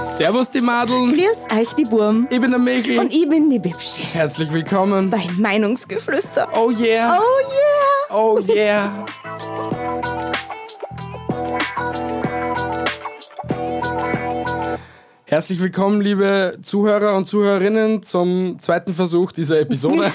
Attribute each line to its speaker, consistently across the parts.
Speaker 1: Servus die Madeln,
Speaker 2: Grüß euch, die Burm.
Speaker 1: ich bin der Mäkel.
Speaker 2: Und ich bin die Bibsche.
Speaker 1: Herzlich willkommen.
Speaker 2: Bei Meinungsgeflüster.
Speaker 1: Oh yeah,
Speaker 2: Oh yeah!
Speaker 1: oh yeah. Herzlich willkommen, liebe Zuhörer und Zuhörerinnen, zum zweiten Versuch dieser Episode.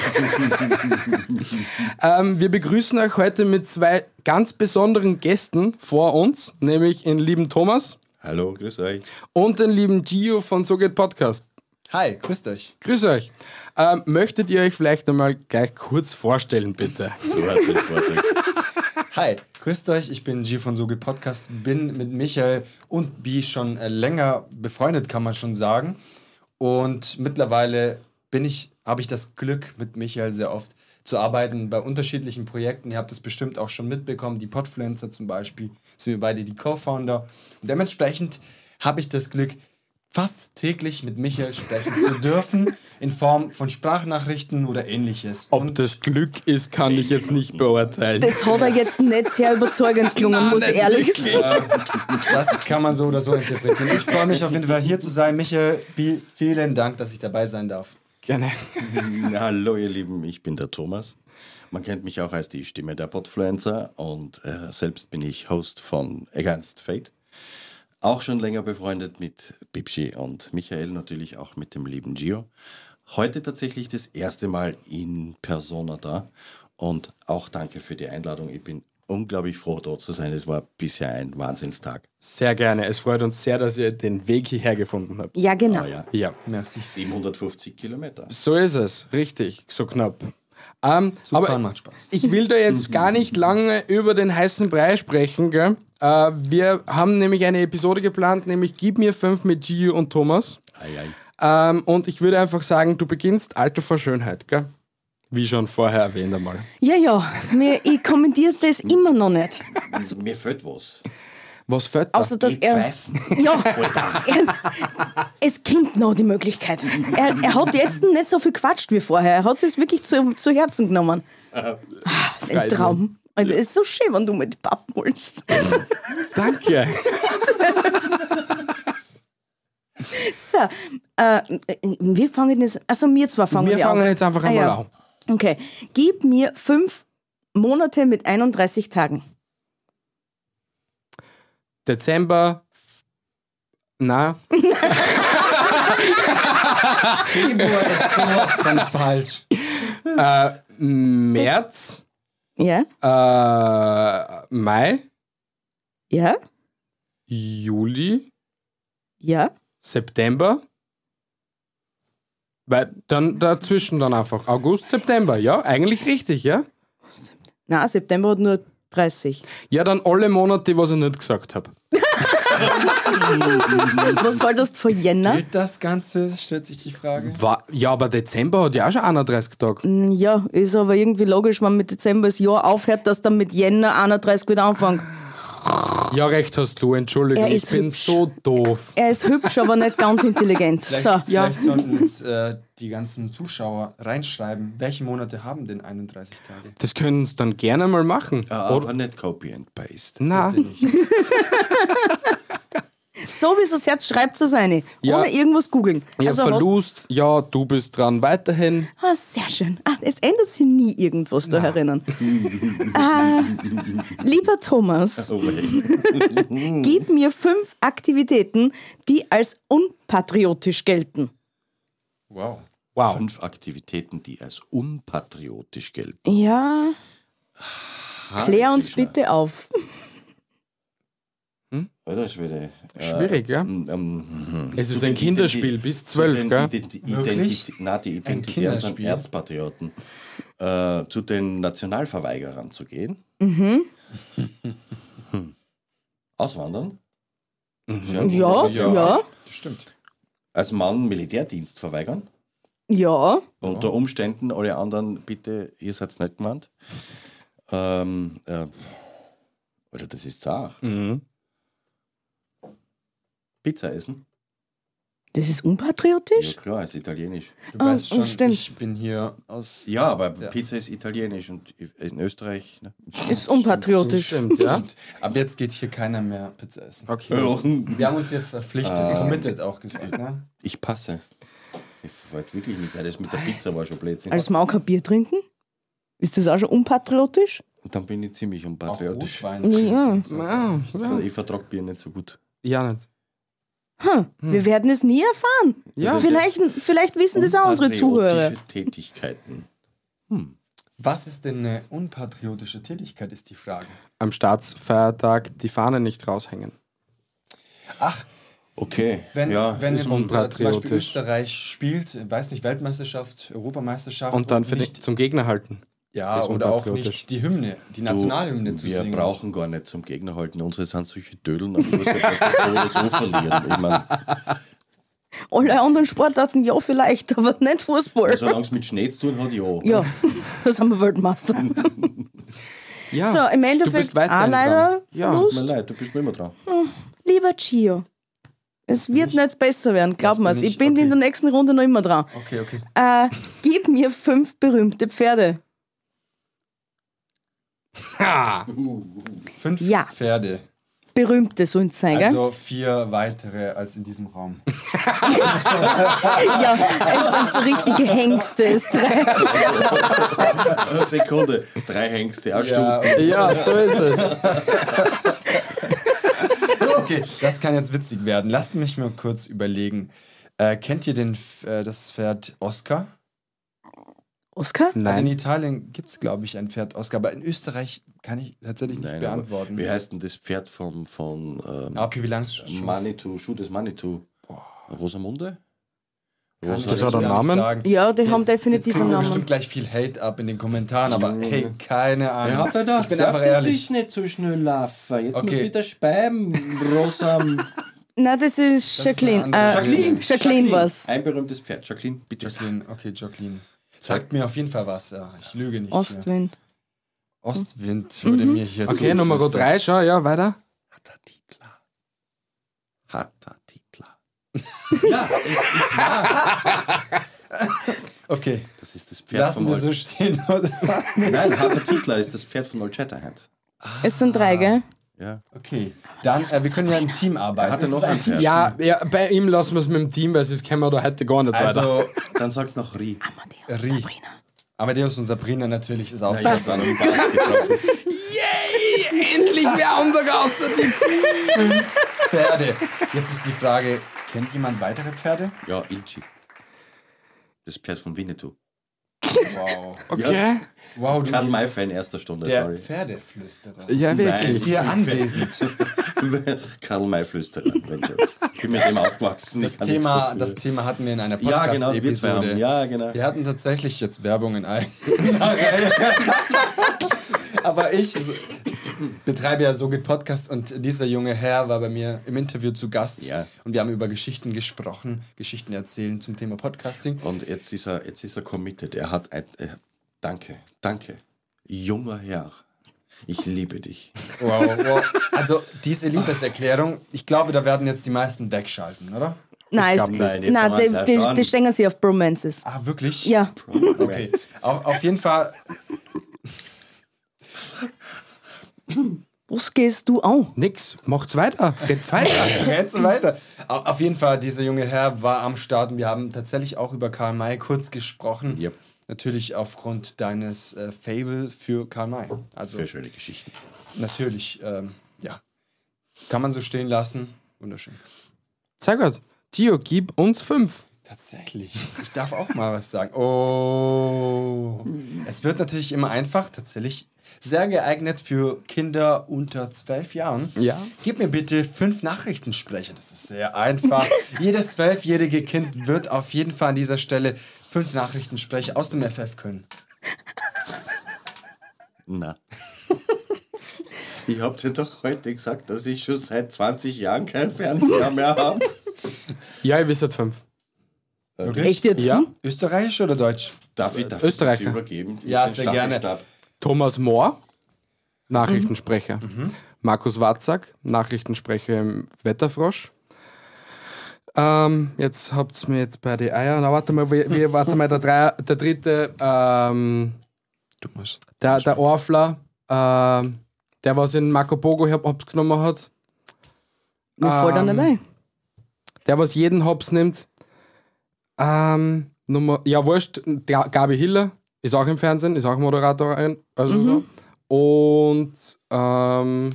Speaker 1: ähm, wir begrüßen euch heute mit zwei ganz besonderen Gästen vor uns, nämlich den lieben Thomas
Speaker 3: Hallo, grüß euch.
Speaker 1: und den lieben Gio von So geht Podcast.
Speaker 4: Hi, grüßt euch.
Speaker 1: Grüß euch. Ähm, möchtet ihr euch vielleicht einmal gleich kurz vorstellen, bitte?
Speaker 3: Du hast den Vorteil.
Speaker 4: Hi, grüßt euch. Ich bin G von Soge Podcast, bin mit Michael und Bi schon äh, länger befreundet, kann man schon sagen. Und mittlerweile bin ich, habe ich das Glück, mit Michael sehr oft zu arbeiten bei unterschiedlichen Projekten. Ihr habt es bestimmt auch schon mitbekommen, die Podfluencer zum Beispiel, sind wir beide die Co-Founder. Und dementsprechend habe ich das Glück, fast täglich mit Michael sprechen zu dürfen, in Form von Sprachnachrichten oder ähnliches.
Speaker 1: Ob das Glück ist, kann ich jetzt nicht beurteilen.
Speaker 2: Das hat er jetzt nicht sehr überzeugend gelungen, muss ich ehrlich sagen.
Speaker 4: Das kann man so oder so interpretieren. Ich freue mich auf jeden Fall hier zu sein. Michael, Bi, vielen Dank, dass ich dabei sein darf.
Speaker 1: Gerne.
Speaker 3: Hallo, ihr Lieben, ich bin der Thomas. Man kennt mich auch als die Stimme der Podfluencer und äh, selbst bin ich Host von Against Fate. Auch schon länger befreundet mit Bibschi und Michael, natürlich auch mit dem lieben Gio. Heute tatsächlich das erste Mal in Persona da und auch danke für die Einladung. Ich bin unglaublich froh, dort zu sein. Es war bisher ein Wahnsinnstag.
Speaker 1: Sehr gerne. Es freut uns sehr, dass ihr den Weg hierher gefunden habt.
Speaker 2: Ja, genau.
Speaker 3: Ah ja,
Speaker 1: Ja,
Speaker 4: Merci.
Speaker 3: 750 Kilometer.
Speaker 1: so ist es. Richtig, so knapp. Ähm,
Speaker 4: Zufahren macht Spaß.
Speaker 1: Ich will da jetzt gar nicht lange über den heißen Brei sprechen, gell? Äh, wir haben nämlich eine Episode geplant, nämlich Gib mir fünf mit Gio und Thomas.
Speaker 3: Ei, ei.
Speaker 1: Ähm, und ich würde einfach sagen, du beginnst Alter vor Schönheit, gell? Wie schon vorher erwähnt einmal.
Speaker 2: Ja, ja. Mir, ich kommentiere das immer noch nicht.
Speaker 3: Also, mir fehlt was.
Speaker 1: Was fällt
Speaker 2: Außer, dass
Speaker 3: Die
Speaker 2: er.
Speaker 3: Pfeifen.
Speaker 2: Ja,
Speaker 3: Alter.
Speaker 2: er, es kommt noch die Möglichkeit. Er, er hat jetzt nicht so viel quatscht wie vorher. Er hat es jetzt wirklich zu, zu Herzen genommen. Ah, ein
Speaker 1: mich.
Speaker 2: Traum. Und es ist so schön, wenn du mit Pappen holst.
Speaker 1: Danke.
Speaker 2: So, äh, wir fangen jetzt. Also, wir zwei fangen
Speaker 1: Wir
Speaker 2: ja
Speaker 1: fangen
Speaker 2: an.
Speaker 1: jetzt einfach
Speaker 2: Ah,
Speaker 1: einmal
Speaker 2: ja.
Speaker 1: an.
Speaker 2: Okay. Gib mir fünf Monate mit 31 Tagen.
Speaker 1: Dezember. Na,
Speaker 4: Februar ist sowas von falsch.
Speaker 1: März,
Speaker 2: Ja?
Speaker 1: äh, Mai,
Speaker 2: Ja?
Speaker 1: Juli,
Speaker 2: Ja?
Speaker 1: September. Weil dann dazwischen dann einfach. August, September, ja, eigentlich richtig, ja?
Speaker 2: Na, September hat nur 30.
Speaker 1: Ja, dann alle Monate, was ich nicht gesagt habe.
Speaker 2: Was solltest du vor Jänner?
Speaker 4: Gilt das Ganze, stellt sich die Frage.
Speaker 1: Ja, aber Dezember hat ja auch schon 31 Tage.
Speaker 2: Ja, ist aber irgendwie logisch, wenn mit Dezember das Jahr aufhört, dass dann mit Jänner 31 wieder anfängt.
Speaker 1: Ja, recht hast du, Entschuldigung,
Speaker 2: Er
Speaker 1: ich
Speaker 2: ist
Speaker 1: bin
Speaker 2: hübsch.
Speaker 1: so doof.
Speaker 2: Er ist hübsch, aber nicht ganz intelligent.
Speaker 4: Vielleicht,
Speaker 2: So.
Speaker 4: vielleicht sollten uns äh, die ganzen Zuschauer reinschreiben, welche Monate haben denn 31 Tage?
Speaker 1: Das können sie dann gerne mal machen.
Speaker 3: Ja, aber nicht Copy and Paste.
Speaker 1: Na,
Speaker 2: So wie es das Herz schreibt, so seine.
Speaker 1: Ja.
Speaker 2: Ohne irgendwas googeln.
Speaker 1: ja,
Speaker 2: Also hast-
Speaker 1: Verlust, ja, du bist dran, weiterhin.
Speaker 2: Ah, sehr schön. Ah, es ändert sich nie irgendwas da herinnen. äh, lieber Thomas,
Speaker 3: Oh, hey.
Speaker 2: gib mir fünf Aktivitäten, die als unpatriotisch gelten.
Speaker 4: Wow.
Speaker 1: Wow.
Speaker 3: Fünf Aktivitäten, die als unpatriotisch gelten.
Speaker 2: Ja, klär uns
Speaker 3: Krishna.
Speaker 2: bitte auf.
Speaker 3: Oder Schwede? Äh,
Speaker 1: Schwierig, ja?
Speaker 3: m- ähm, hm.
Speaker 1: Es ist
Speaker 3: Zu
Speaker 1: ein
Speaker 3: den
Speaker 1: Kinderspiel,
Speaker 3: Identi-
Speaker 1: bis
Speaker 3: zu
Speaker 1: 12,
Speaker 3: den
Speaker 1: gell?
Speaker 3: Identi
Speaker 4: Wirklich?
Speaker 3: Identität, na, die Identitären sind
Speaker 4: Kinderspiel?
Speaker 3: Erzpatrioten. Äh, zu den Nationalverweigerern zu gehen.
Speaker 2: Mhm.
Speaker 3: Hm. Auswandern. Sehr gut.
Speaker 1: Mhm.
Speaker 2: Ja, ja. Ah,
Speaker 4: Das stimmt.
Speaker 3: als Mann Militärdienst verweigern.
Speaker 2: Ja.
Speaker 3: Unter Umständen, alle anderen, bitte, ihr seid nicht gemeint. Ähm, äh, Alter, das ist zart.
Speaker 1: Mhm.
Speaker 3: Pizza essen?
Speaker 2: Das ist unpatriotisch?
Speaker 3: Ja, klar, ist italienisch.
Speaker 4: Du
Speaker 2: Ah,
Speaker 4: weißt schon,
Speaker 2: stimmt.
Speaker 4: ich bin hier aus.
Speaker 3: Ja, aber Pizza ist italienisch und in Österreich. Ne?
Speaker 2: Ist unpatriotisch.
Speaker 1: Stimmt, ja?
Speaker 4: Ab jetzt geht hier keiner mehr Pizza essen.
Speaker 1: Okay. Ah.
Speaker 4: Wir haben uns hier verpflichtet, committed auch gesagt, ne?
Speaker 3: Ich passe. Ich wollte wirklich nicht sein. Das mit der Pizza war schon Blödsinn.
Speaker 2: Als Mau kein Bier trinken? Ist das auch schon unpatriotisch?
Speaker 3: und dann bin ich ziemlich
Speaker 4: Auch
Speaker 3: unpatriotisch. Also
Speaker 4: Rotwein.
Speaker 2: Ja.
Speaker 1: Ah, ja.
Speaker 3: Ich vertrag Bier nicht so gut.
Speaker 1: ja, nicht.
Speaker 2: Wir werden es nie erfahren.
Speaker 1: Ja,
Speaker 2: vielleicht, vielleicht wissen das auch unsere Zuhörer.
Speaker 3: Also Unpatriotische Tätigkeiten.
Speaker 4: Was ist denn eine unpatriotische Tätigkeit, ist die Frage.
Speaker 1: Am Staatsfeiertag die Fahne nicht raushängen.
Speaker 4: Ach,
Speaker 3: Okay.
Speaker 4: wenn,
Speaker 3: ja,
Speaker 4: wenn
Speaker 3: ist
Speaker 4: jetzt äh, zum Beispiel
Speaker 1: unpatriotisch.
Speaker 4: Österreich spielt, äh, weiß nicht, Weltmeisterschaft, Europameisterschaft.
Speaker 1: Und dann für den,
Speaker 4: vielleicht
Speaker 1: zum Gegner halten.
Speaker 4: Ja,
Speaker 1: ist
Speaker 4: oder auch
Speaker 1: unpatriotisch.
Speaker 4: nicht die Hymne, die
Speaker 3: Du,
Speaker 4: Nationalhymne zu
Speaker 3: wir
Speaker 4: singen.
Speaker 3: brauchen gar nicht zum Gegner halten. Unsere sind solche Dödeln, aber du musst das halt so oder so verlieren. Ich mein,
Speaker 2: Alle anderen Sportarten ja vielleicht, aber nicht Fußball.
Speaker 3: solange es mit Schnee zu tun hat, ja.
Speaker 2: Ja, da sind wir Weltmeister.
Speaker 1: Ja,
Speaker 2: So, im Endeffekt
Speaker 1: weiterhin
Speaker 2: auch leider
Speaker 1: dran. Ja.
Speaker 2: Verlust.
Speaker 3: Tut mir leid, du bist mir immer dran.
Speaker 2: Lieber Gio, es wird nicht besser werden, glaub
Speaker 4: bin
Speaker 2: mir's. Ich
Speaker 4: ich?
Speaker 2: bin in
Speaker 4: Okay. Oh.
Speaker 2: der nächsten Runde noch immer dran.
Speaker 4: Okay, okay.
Speaker 2: Äh, gib mir fünf berühmte Pferde.
Speaker 4: Fünf
Speaker 2: Ja.
Speaker 4: Pferde.
Speaker 2: Berühmte sollen es sein, gell?
Speaker 4: Also vier weitere als in diesem Raum.
Speaker 2: Ja, es sind so richtige Hengste. Es drei.
Speaker 3: Sekunde, drei Hengste, eine
Speaker 4: Ja,
Speaker 3: Stunde.
Speaker 1: Ja, so ist es.
Speaker 4: Okay, das kann jetzt witzig werden. Lasst mich mal kurz überlegen. Äh, kennt ihr den, F- äh, das Pferd Oscar?
Speaker 2: Oskar?
Speaker 4: Also in Italien gibt es, glaube ich, ein Pferd Oscar, aber in Österreich kann ich tatsächlich nicht
Speaker 3: Nein, aber
Speaker 4: beantworten.
Speaker 3: Wie heißt denn das Pferd vom, von ähm,
Speaker 4: Ah, Pippi Langstrumpf.
Speaker 3: Manitou, Schuh des Manitou? Rosamunde? Rosa-
Speaker 1: Das war der
Speaker 4: Kann ich gar nicht
Speaker 1: Name?
Speaker 4: sagen.
Speaker 2: Ja, die haben definitiv
Speaker 4: Jetzt kriegen
Speaker 2: einen
Speaker 4: wir
Speaker 2: Namen.
Speaker 4: bestimmt gleich viel Hate ab in den Kommentaren, aber hey, keine
Speaker 3: Wer
Speaker 4: Ahnung.
Speaker 3: hat denn das?
Speaker 4: ich bin einfach ehrlich.
Speaker 3: nicht so schnell laufen. Jetzt
Speaker 4: Okay.
Speaker 3: muss wieder speiben, Rosam.
Speaker 2: Nein, das ist
Speaker 4: Das ist eine
Speaker 2: Jacqueline.
Speaker 4: andere
Speaker 2: äh,
Speaker 4: Jacqueline.
Speaker 2: Jacqueline, Jacqueline was.
Speaker 3: Ein berühmtes Pferd. Jacqueline, bitte.
Speaker 4: Jacqueline, okay, Jacqueline. Sagt mir auf jeden Fall was. Ja, ich lüge nicht. hier.
Speaker 2: Ostwind.
Speaker 4: Ostwind wurde mir hier
Speaker 1: Okay, Nummer
Speaker 4: zugeflüstert.
Speaker 1: 3, schau, ja, weiter.
Speaker 3: Hatatitla. Hatatitla. ja, es ist wahr.
Speaker 4: Okay,
Speaker 3: Das ist das Pferd
Speaker 4: lassen
Speaker 3: von
Speaker 4: wir
Speaker 3: Old
Speaker 4: so stehen. oder?
Speaker 3: Nein, Hatatitla ist das Pferd von Old Shatterhand.
Speaker 2: Es sind drei, gell?
Speaker 3: Ja.
Speaker 4: Okay, dann, äh, wir können ja im Team arbeiten.
Speaker 3: Hat er
Speaker 4: Es
Speaker 3: noch
Speaker 4: ist
Speaker 3: ein Pferd?
Speaker 1: Ja, ja, bei ihm lassen wir es mit dem Team, weil sonst können wir da heute gar nicht weiter.
Speaker 4: Also,
Speaker 3: Dann sagt noch Ri.
Speaker 4: Rie. Amadeus und Sabrina natürlich ist auch
Speaker 3: Ich hab dann um Bass getroffen.
Speaker 1: Endlich wer andere außer die.
Speaker 4: Pferde. Jetzt ist die Frage, kennt jemand weitere Pferde?
Speaker 3: Ja, Ilchi. Das Pferd von Winnetou.
Speaker 4: Wow.
Speaker 1: Okay.
Speaker 4: Wow,
Speaker 3: Karl
Speaker 4: du
Speaker 3: May-Fan erster Stunde,
Speaker 4: der
Speaker 3: sorry.
Speaker 4: Pferdeflüsterer.
Speaker 1: Ja, wirklich.
Speaker 4: Ist
Speaker 3: Nein,
Speaker 4: hier anwesend.
Speaker 3: Karl May-Flüsterer. wenn schon. Ich bin mit dem aufgewachsen.
Speaker 4: Das
Speaker 3: ich kann nichts
Speaker 4: Thema,
Speaker 3: dafür.
Speaker 4: das Thema hatten wir in einer
Speaker 3: Ja, genau, wir zwei
Speaker 4: Podcast-Episode.
Speaker 3: haben- ja, genau.
Speaker 4: Wir hatten tatsächlich jetzt Werbung in allen. Aber ich so- betreibe ja so geht Podcast und dieser junge Herr war bei mir im Interview zu Gast
Speaker 3: Ja.
Speaker 4: und wir haben über Geschichten gesprochen, Geschichten erzählen zum Thema Podcasting.
Speaker 3: Und jetzt ist er, jetzt ist er committed. Er hat ein, äh, danke, danke, junger Herr. Ich liebe dich.
Speaker 4: Wow, wow. Also diese Liebeserklärung, ich glaube, da werden jetzt die meisten wegschalten, oder?
Speaker 2: Nein,
Speaker 3: glaub
Speaker 2: es-
Speaker 3: nicht. Jetzt haben wir
Speaker 2: nein
Speaker 3: uns
Speaker 2: die,
Speaker 3: erfahren.
Speaker 2: die, die stehen sie auf Bromances.
Speaker 4: Ah, wirklich?
Speaker 2: Ja,
Speaker 4: Okay. Auf, auf jeden Fall.
Speaker 2: was gehst du an?
Speaker 1: Nix, macht's weiter. Geht's weiter.
Speaker 4: Rätsel weiter. Au- Auf jeden Fall, dieser junge Herr war am Start und wir haben tatsächlich auch über Karl May kurz gesprochen.
Speaker 3: Yep.
Speaker 4: Natürlich aufgrund deines äh, Fable für Karl May. Also
Speaker 3: Sehr schöne Geschichten.
Speaker 4: natürlich, ähm, ja. Kann man so stehen lassen. Wunderschön.
Speaker 1: Sehr gut. Tio, gib uns fünf.
Speaker 4: Tatsächlich. Ich darf auch mal was sagen. Oh. Es wird natürlich immer einfach, tatsächlich. Sehr geeignet für Kinder unter zwölf Jahren.
Speaker 1: Ja.
Speaker 4: Gib mir bitte fünf Nachrichtensprecher. Das ist sehr einfach. Jedes zwölfjährige Kind wird auf jeden Fall an dieser Stelle fünf Nachrichtensprecher aus dem FF können.
Speaker 3: Na. Ich hab dir doch heute gesagt, dass ich schon seit 20 Jahren keinen Fernseher mehr habe.
Speaker 1: Ja, ihr wisst halt fünf.
Speaker 4: Wirklich?
Speaker 2: Echt jetzt? Hm?
Speaker 1: Ja?
Speaker 4: Österreichisch oder Deutsch?
Speaker 3: Darf ich, darf ich das
Speaker 1: Österreicher.
Speaker 3: übergeben?
Speaker 4: Ja,
Speaker 3: Den
Speaker 4: sehr gerne.
Speaker 3: Staffelstab.
Speaker 1: Thomas Mohr, Nachrichtensprecher. Markus Watzak, Nachrichtensprecher im Wetterfrosch. Ähm, jetzt habt ihr mir jetzt bei die Eier. Na, warte mal, wir, wir warte mal, der, drei, der dritte, ähm,
Speaker 4: Du musst.
Speaker 1: der, der Orfler, ähm, der was in Marco Bogo hab- Hops genommen hat,
Speaker 2: Mir fällt
Speaker 1: Ähm,
Speaker 2: dann nicht ein.
Speaker 1: der was jeden Hops nimmt. Ähm, Nummer, ja, wurscht, Ga- Gabi Hiller ist auch im Fernsehen, ist auch Moderatorin. Also so. Und ähm,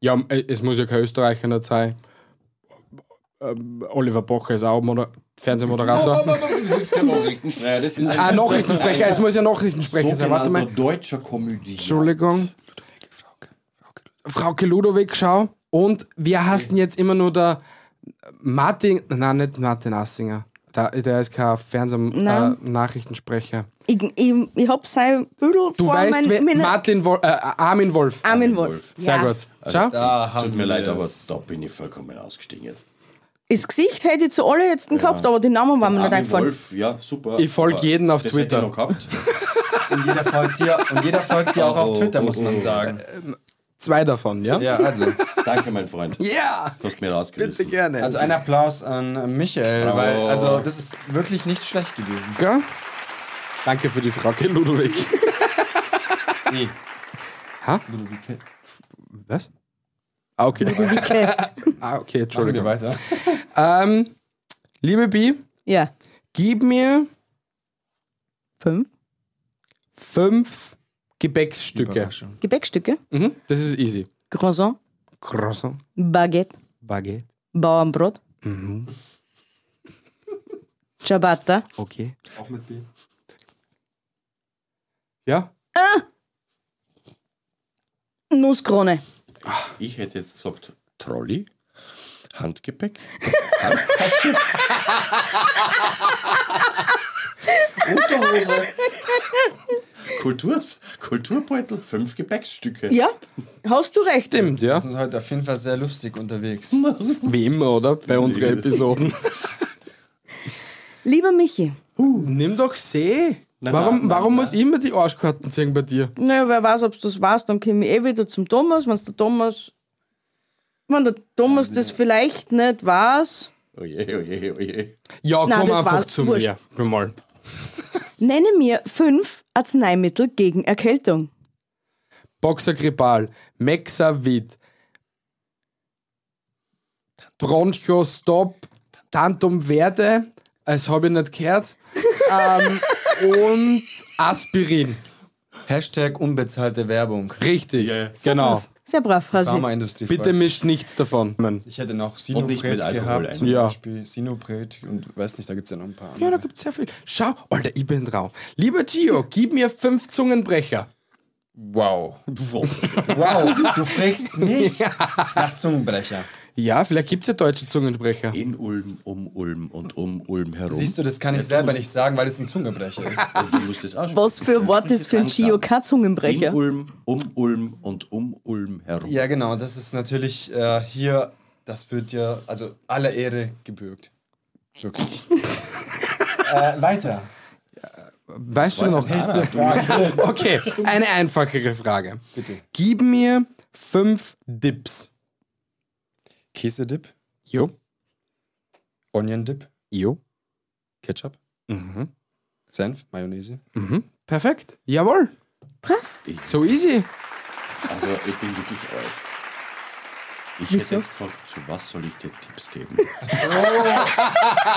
Speaker 1: ja, äh, es muss ja kein Österreicher nicht sein. Ähm, Oliver Bocher ist auch Moder Fernsehmoderator.
Speaker 3: Das ist kein Nachrichtensprecher, das ist
Speaker 1: ah,
Speaker 3: ein
Speaker 1: Nachrichtensprecher, es muss ja Nachrichtensprecher sein. Warte mal.
Speaker 3: sogenannter deutscher Komödie.
Speaker 1: Entschuldigung. Frauke Ludowig, schau. Und wir hassen jetzt immer nur der Martin, nein, nicht Martin Assinger. Der, der ist kein äh,
Speaker 2: Nein.
Speaker 1: Fernseh-Nachrichtensprecher.
Speaker 2: Ich, ich, ich hab sein Büdel
Speaker 1: du
Speaker 2: vor
Speaker 1: weißt,
Speaker 2: meinem-
Speaker 1: wer,
Speaker 2: meinen-
Speaker 1: Martin Wolf, äh, Armin Wolf.
Speaker 2: Armin Wolf.
Speaker 1: Sehr
Speaker 2: ja.
Speaker 1: gut. Schau.
Speaker 4: Da haben
Speaker 3: Tut mir leid, aber
Speaker 4: wir's.
Speaker 3: da bin ich vollkommen ausgestiegen jetzt.
Speaker 2: Das Gesicht hätte ich zu alle jetzt gehabt, aber die Namen waren mir nicht
Speaker 3: Armin
Speaker 2: eingefallen.
Speaker 3: Wolf, ja, super.
Speaker 1: Ich folg
Speaker 3: Aber
Speaker 1: jeden auf
Speaker 3: das
Speaker 1: Twitter.
Speaker 3: Hätte ich noch gehabt.
Speaker 4: Und jeder folgt dir, und jeder folgt dir auch auf
Speaker 3: Oh,
Speaker 4: Twitter,
Speaker 3: oh,
Speaker 4: muss man
Speaker 3: oh.
Speaker 4: sagen.
Speaker 1: Zwei davon, ja?
Speaker 4: Ja, also.
Speaker 3: Danke, mein Freund. Du
Speaker 1: Ja,
Speaker 3: hast mir rausgerissen.
Speaker 1: bitte gerne.
Speaker 4: Also ein Applaus an Michael,
Speaker 3: Bravo.
Speaker 4: weil also das ist wirklich nicht schlecht gewesen.
Speaker 1: Gell? Danke für die Frage, Ludwig.
Speaker 4: Nee.
Speaker 1: Ha?
Speaker 4: Ludwig,
Speaker 1: Was? Ah, okay. ah, okay,
Speaker 4: Machen wir
Speaker 1: Entschuldigung.
Speaker 4: weiter.
Speaker 1: Ähm, liebe Bi,
Speaker 2: Ja.
Speaker 1: gib mir
Speaker 2: Fünf
Speaker 1: fünf Gebäcksstücke.
Speaker 4: Überraschung.
Speaker 2: Gebäckstücke.
Speaker 1: Mhm, das ist easy.
Speaker 2: Croissant,
Speaker 1: Croissant,
Speaker 2: Baguette,
Speaker 1: Baguette,
Speaker 2: Bauernbrot,
Speaker 1: Mhm.
Speaker 2: Ciabatta,
Speaker 1: okay.
Speaker 4: Auch mit B.
Speaker 1: Ja,
Speaker 2: Nusskrone.
Speaker 3: Ich hätte jetzt gesagt, Trolley, Handgepäck. Handtasche. Unterhose. Kulturs, Kulturbeutel, fünf Gebäcksstücke.
Speaker 2: Ja, hast du recht.
Speaker 1: stimmt, ja.
Speaker 4: Wir sind heute auf jeden Fall sehr lustig unterwegs.
Speaker 1: Wie immer, oder? Bei unseren Episoden.
Speaker 2: Lieber Michi,
Speaker 1: Nimm doch See.
Speaker 3: Na,
Speaker 1: warum
Speaker 3: na, na,
Speaker 1: warum
Speaker 3: na.
Speaker 1: muss ich immer die Arschkarten ziehen bei dir?
Speaker 2: naja, wer weiß, ob du das weißt, dann komme ich eh wieder zum Thomas. Wenn der Thomas, wenn der Thomas das vielleicht nicht weiß,
Speaker 3: Oje, oje, oje.
Speaker 1: Ja,
Speaker 2: Nein,
Speaker 1: komm
Speaker 2: das
Speaker 1: einfach
Speaker 2: war's.
Speaker 1: zu
Speaker 2: Wurscht.
Speaker 1: mir. Komm mal.
Speaker 2: nenne mir fünf Arzneimittel gegen Erkältung.
Speaker 1: Boxergripal, Mexavit, Bronchostop, Tantum Verde, das habe ich nicht gehört, ähm, und Aspirin.
Speaker 4: Hashtag unbezahlte Werbung.
Speaker 1: Richtig, genau.
Speaker 2: Sehr brav, Hasi.
Speaker 4: Pharmaindustrie.
Speaker 1: Bitte
Speaker 4: freut's.
Speaker 1: mischt nichts davon.
Speaker 4: Ich hätte noch
Speaker 3: Und nicht
Speaker 4: Sinopret
Speaker 3: mit Alkohol
Speaker 4: gehabt,
Speaker 3: ein.
Speaker 4: zum
Speaker 1: Ja.
Speaker 4: Beispiel. Sinopret und weiß nicht, da gibt es ja noch ein paar.
Speaker 1: Ja, da
Speaker 4: andere.
Speaker 1: gibt es sehr viel. Schau, Alter, ich bin drauf. Lieber Gio, gib mir fünf Zungenbrecher.
Speaker 4: Wow.
Speaker 3: Wow.
Speaker 4: Wow, du fragst mich nach Zungenbrecher.
Speaker 1: Ja, vielleicht gibt es ja deutsche Zungenbrecher.
Speaker 3: In Ulm, um Ulm und um Ulm herum.
Speaker 4: Siehst du, das kann ich selber nicht sagen, weil es ein Zungenbrecher ist.
Speaker 3: Und du musst das aussprechen.
Speaker 2: Was für ein Wort ist für ein Gio kein
Speaker 3: In
Speaker 2: Zungenbrecher?
Speaker 3: Ulm, um Ulm und um Ulm herum.
Speaker 4: Ja, genau, das ist natürlich äh, hier, das wird ja, also aller Ehre gebürgt. Wirklich. äh, weiter.
Speaker 1: Weißt du noch? Okay, eine einfachere Frage.
Speaker 4: Bitte.
Speaker 1: Gib mir fünf Dips.
Speaker 4: Käsedip,
Speaker 1: Jo,
Speaker 4: Onion Dip,
Speaker 1: jo.
Speaker 4: Ketchup,
Speaker 3: Mhm.
Speaker 4: Senf, Mayonnaise.
Speaker 1: Perfekt. Jawohl. Brav. So easy.
Speaker 3: Also, ich bin wirklich alt. Ich hätte jetzt gefragt, zu was soll ich dir Tipps geben?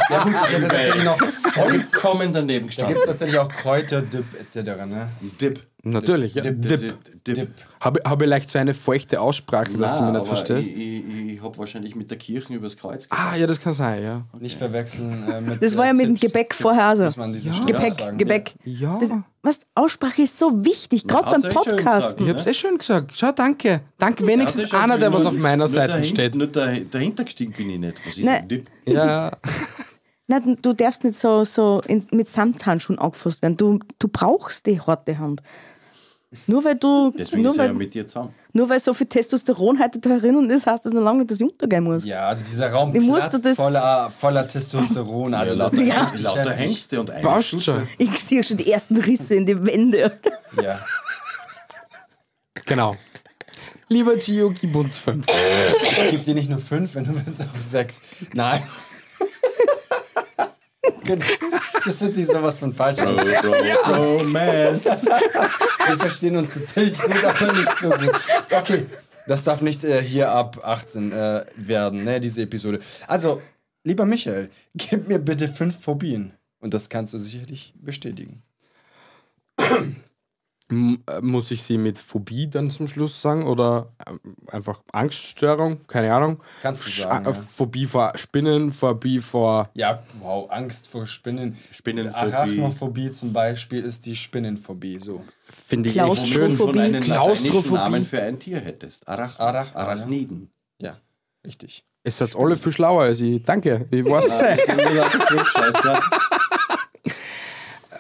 Speaker 4: Ja gut, ich hätte tatsächlich noch,
Speaker 3: Vollkommen daneben
Speaker 4: da gibt
Speaker 3: gestanden.
Speaker 4: es tatsächlich auch Kräuter, Dip etc. Ne?
Speaker 3: Dip.
Speaker 1: Natürlich. Ja.
Speaker 4: Dip.
Speaker 1: Dip.
Speaker 3: Das ist Dip. Dip.
Speaker 1: Habe habe ich leicht so eine feuchte Aussprache, dass du
Speaker 3: Nein,
Speaker 1: mich
Speaker 3: aber
Speaker 1: nicht verstehst.
Speaker 3: Ich, ich, ich habe wahrscheinlich mit der Kirche übers Kreuz gegangen.
Speaker 1: ah, ja, das kann sein, ja.
Speaker 4: Nicht verwechseln äh, mit
Speaker 2: Das war ja mit dem Gebäck vorher also.
Speaker 4: Muss man diese
Speaker 2: Gepäck,
Speaker 4: sagen.
Speaker 2: Gebäck.
Speaker 1: Ja.
Speaker 2: Das, was, Aussprache ist so wichtig, gerade beim
Speaker 3: hat's echt schön
Speaker 2: Podcast.
Speaker 3: gesagt. ne?
Speaker 1: Ich hab's eh schön gesagt. Schau, danke. Danke, wenigstens einer, der was auf meiner Seite steht.
Speaker 3: Nur dahin- dahinter gestiegen bin ich nicht. Was ist
Speaker 2: Nein.
Speaker 3: ein Dip?
Speaker 1: Ja.
Speaker 2: Nein, du darfst nicht so, so in, mit Samthandschuhen angefasst werden. Du, du brauchst die harte Hand. Nur weil du.
Speaker 3: Deswegen
Speaker 2: Nur
Speaker 3: ist er ja
Speaker 2: weil,
Speaker 3: mit dir zusammen.
Speaker 2: Nur weil so viel Testosteron heute da drinnen ist, heißt das noch lange nicht, dass ich untergehen muss.
Speaker 4: Ja, also dieser Raum
Speaker 2: Ich musste
Speaker 4: platzt
Speaker 2: das-
Speaker 4: voller, voller Testosteron. Also das ist
Speaker 3: ja.
Speaker 4: richtig
Speaker 3: lauter
Speaker 4: heftig.
Speaker 3: Hengste und ein.
Speaker 1: Passt schon.
Speaker 2: Ich sehe schon die ersten Risse in die Wände.
Speaker 4: Ja.
Speaker 1: Genau. Lieber Gio, gib uns fünf.
Speaker 4: Ich gebe dir nicht nur fünf, wenn du bist auf sechs. Nein. Das wird sich sowas von falsch an.
Speaker 3: Romance.
Speaker 4: Wir verstehen uns tatsächlich gut, aber nicht so gut. Okay, das darf nicht äh, hier ab 18 äh, werden, ne, diese Episode. Also, lieber Michael, gib mir bitte fünf Phobien. Und das kannst du sicherlich bestätigen.
Speaker 1: M äh, muss ich sie mit Phobie dann zum Schluss sagen oder ähm, einfach Angststörung? Keine Ahnung.
Speaker 4: Kannst du
Speaker 1: Sch-
Speaker 4: sagen,
Speaker 1: äh,
Speaker 4: ja.
Speaker 1: Phobie vor Spinnen, Phobie vor.
Speaker 4: Ja, wow, Angst vor Spinnen.
Speaker 3: Spinnenphobie.
Speaker 4: Arachnophobie zum Beispiel ist die Spinnenphobie, so.
Speaker 1: Finde ich echt
Speaker 2: Klaustrophobie.
Speaker 1: schön.
Speaker 3: Schon einen lateinischen
Speaker 1: Klaustrophobie.
Speaker 3: Namen für ein Tier hättest. Arach
Speaker 4: Arach-
Speaker 3: Arachniden.
Speaker 4: Ja, richtig.
Speaker 1: Ist jetzt alle viel schlauer als ich. Danke. Ich weiß es.
Speaker 3: Ich hab mir gedacht,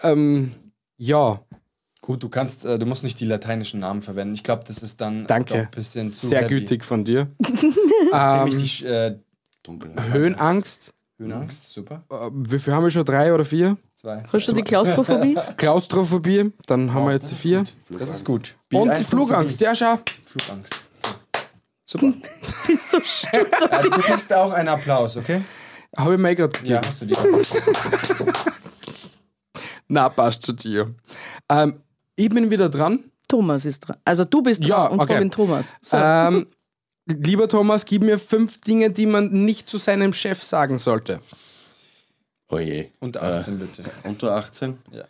Speaker 3: Klugscheißer.
Speaker 1: Ja,
Speaker 4: Gut, du kannst, äh, du musst nicht die lateinischen Namen verwenden. Ich glaube, das ist dann
Speaker 1: Danke.
Speaker 4: doch ein bisschen zu
Speaker 1: sehr
Speaker 4: heavy.
Speaker 1: gütig Ähm, von dir.
Speaker 4: Nämlich die äh,
Speaker 3: Dunkel.
Speaker 1: Höhenangst.
Speaker 4: Höhenangst, super.
Speaker 1: Äh, Wie viel haben wir schon? Drei oder vier?
Speaker 4: Zwei.
Speaker 2: Hast du die Klaustrophobie?
Speaker 1: Klaustrophobie. Dann haben wir jetzt die vier.
Speaker 4: Das ist gut.
Speaker 1: Und
Speaker 4: Bielefeld-
Speaker 1: Flugangst. Ja, schau.
Speaker 4: Flugangst.
Speaker 1: Super.
Speaker 2: Bist so stolz.
Speaker 4: Ja, du kriegst auch einen Applaus, okay?
Speaker 1: Habe ich mir eh gerade gegeben.
Speaker 4: Ja, hast du die.
Speaker 1: Na, passt zu dir. Ähm, ich bin wieder dran.
Speaker 2: Thomas ist dran. Also du bist dran
Speaker 1: Ja,
Speaker 2: und
Speaker 1: okay.
Speaker 2: Robin Thomas. Äh, So.
Speaker 1: Ähm, lieber Thomas, gib mir fünf Dinge, die man nicht zu seinem Chef sagen sollte.
Speaker 3: Oh je.
Speaker 4: Und 18
Speaker 3: Äh.
Speaker 4: bitte. Ah,
Speaker 3: Unter 18?
Speaker 4: Ja.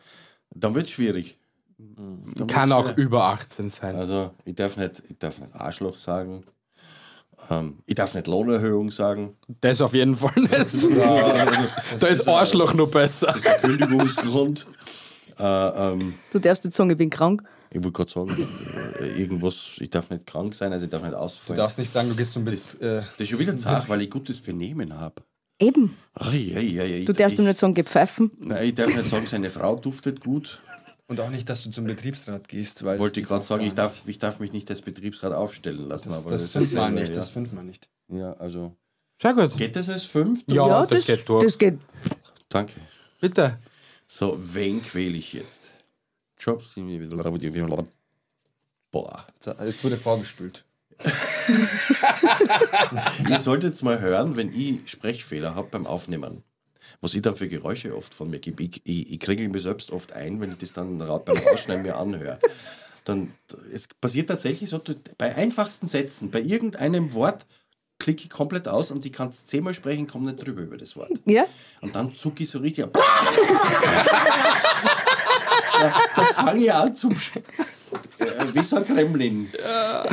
Speaker 3: Dann wird schwierig. Dann
Speaker 1: Kann
Speaker 3: wird's
Speaker 1: auch
Speaker 3: schwer.
Speaker 1: über 18 sein.
Speaker 3: Also, ich darf nicht, ich darf nicht Arschloch sagen. Ähm, ich darf nicht Lohnerhöhung sagen.
Speaker 1: Das auf jeden Fall nicht. Da ist Arschloch nur besser.
Speaker 3: Kündigungsgrund. äh, ähm,
Speaker 2: Du darfst jetzt sagen, ich bin krank.
Speaker 3: ich wollte gerade sagen, äh, irgendwas, ich darf nicht krank sein, also ich darf nicht
Speaker 4: Du
Speaker 3: ausfallen.
Speaker 4: darfst nicht sagen, du gehst so mit.
Speaker 3: das,
Speaker 4: äh,
Speaker 3: das ist schon wieder zart, weil ich gutes Benehmen habe.
Speaker 2: Eben. Du
Speaker 3: Du
Speaker 2: darfst
Speaker 3: ich,
Speaker 2: ihm nicht sagen, gepfeifen.
Speaker 3: Nein, ich darf nicht sagen, seine Frau duftet gut.
Speaker 4: und auch nicht, dass du zum Betriebsrat gehst, weil.
Speaker 3: Wollte
Speaker 4: das
Speaker 3: ich gerade
Speaker 4: geht
Speaker 3: sagen,
Speaker 4: auch
Speaker 3: ich
Speaker 4: gar
Speaker 3: darf, ich darf mich nicht als Betriebsrat aufstellen lassen.
Speaker 4: nicht. Das,
Speaker 3: aber
Speaker 4: das,
Speaker 3: ist
Speaker 4: fünfmal
Speaker 3: dasselbe,
Speaker 4: nicht,
Speaker 3: ja.
Speaker 4: das fünfmal nicht.
Speaker 3: Ja, also.
Speaker 1: Sehr gut.
Speaker 3: Geht das als fünf?
Speaker 1: Ja, das, geht durch.
Speaker 2: Das geht.
Speaker 3: Danke.
Speaker 1: Bitte.
Speaker 3: So, wen quäle ich jetzt? Jobs. Boah.
Speaker 4: So, Jetzt wurde vorgespült.
Speaker 3: Ihr solltet jetzt mal hören, wenn ich Sprechfehler habe beim Aufnehmen. Was ich dann für Geräusche oft von mir gebe. Ich, ich, ich kriegel mir selbst oft ein, wenn ich das dann ra- beim Rausschneiden mir anhöre. Dann, es passiert tatsächlich so, du- bei einfachsten Sätzen, bei irgendeinem Wort klicke ich komplett aus und ich kann es zehnmal sprechen, komme nicht drüber über das Wort.
Speaker 2: Ja?
Speaker 3: Und dann zucke ich so richtig ab. ja, da fange ich an zum Sch äh, wie so ein Kremlin.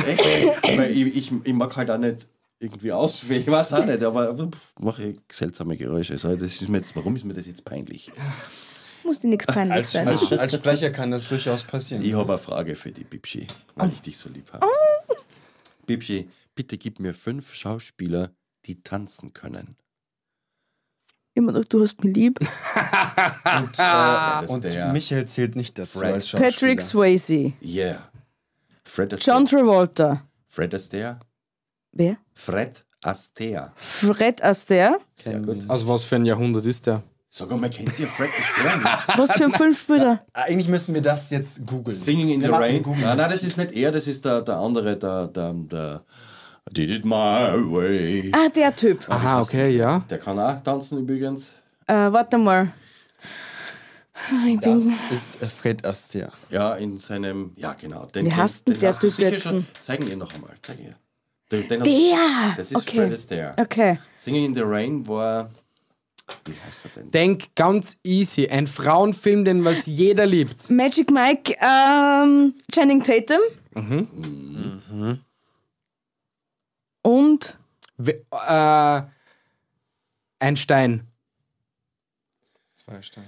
Speaker 3: Echt, weil ich, ich, ich mag halt auch nicht irgendwie auswählen, ich weiß auch nicht, aber pff, mache ich seltsame Geräusche. So, das ist mir jetzt, warum ist mir das jetzt peinlich?
Speaker 2: Muss dir nichts peinlich
Speaker 4: Als,
Speaker 2: sein.
Speaker 4: als, als Sprecher kann das durchaus passieren.
Speaker 3: Ich habe eine Frage für die Bibschi, weil ich dich so lieb habe. Bibschi, bitte gib mir fünf Schauspieler, die tanzen können.
Speaker 2: Immer noch, du hast mich lieb.
Speaker 4: Und, äh,
Speaker 3: das
Speaker 4: und
Speaker 3: ist der-
Speaker 4: Michael zählt nicht dazu
Speaker 3: Fred.
Speaker 4: als Schauspieler.
Speaker 2: Patrick Swayze.
Speaker 3: Yeah. Fred Astaire.
Speaker 2: John Travolta.
Speaker 3: Fred Astaire.
Speaker 2: Wer?
Speaker 3: Fred Astaire.
Speaker 2: Fred Astaire.
Speaker 3: Sehr gut.
Speaker 4: Mhm.
Speaker 1: Also was für ein Jahrhundert ist der?
Speaker 3: Sag mal, kennst du Fred Astaire? nicht?
Speaker 2: Was für ein Filmspieler.
Speaker 4: Eigentlich müssen wir das jetzt googeln.
Speaker 3: Singing in
Speaker 4: Wir
Speaker 3: the
Speaker 4: machen
Speaker 3: Rain.
Speaker 4: Google.
Speaker 3: Nein, nein, das ist nicht er, das ist der, der andere, der, der, der Did it my way.
Speaker 2: Ah, der Typ.
Speaker 1: Aha, okay, ja.
Speaker 3: Der kann auch tanzen übrigens.
Speaker 2: Äh, warte mal. Ich bin,
Speaker 4: Das ist äh, Fred Astaire.
Speaker 3: Ja, in seinem, ja genau. Den,
Speaker 2: Wie
Speaker 3: den-
Speaker 2: heißt denn
Speaker 3: den
Speaker 2: der
Speaker 3: hast du
Speaker 2: Typ
Speaker 3: sicher
Speaker 2: jetzt?
Speaker 3: schon- Zeigen ihr noch einmal, zeig ihr. Den, den
Speaker 2: der!
Speaker 3: Das ist
Speaker 2: okay.
Speaker 3: Fred Astaire.
Speaker 2: Okay.
Speaker 3: Singing in the Rain war, wie heißt er denn?
Speaker 1: Denk ganz easy. Ein Frauenfilm, den was jeder liebt.
Speaker 2: Magic Mike, ähm, Channing Tatum.
Speaker 1: Mhm.
Speaker 2: Und
Speaker 1: We äh, Einstein.
Speaker 4: Zwei Steine.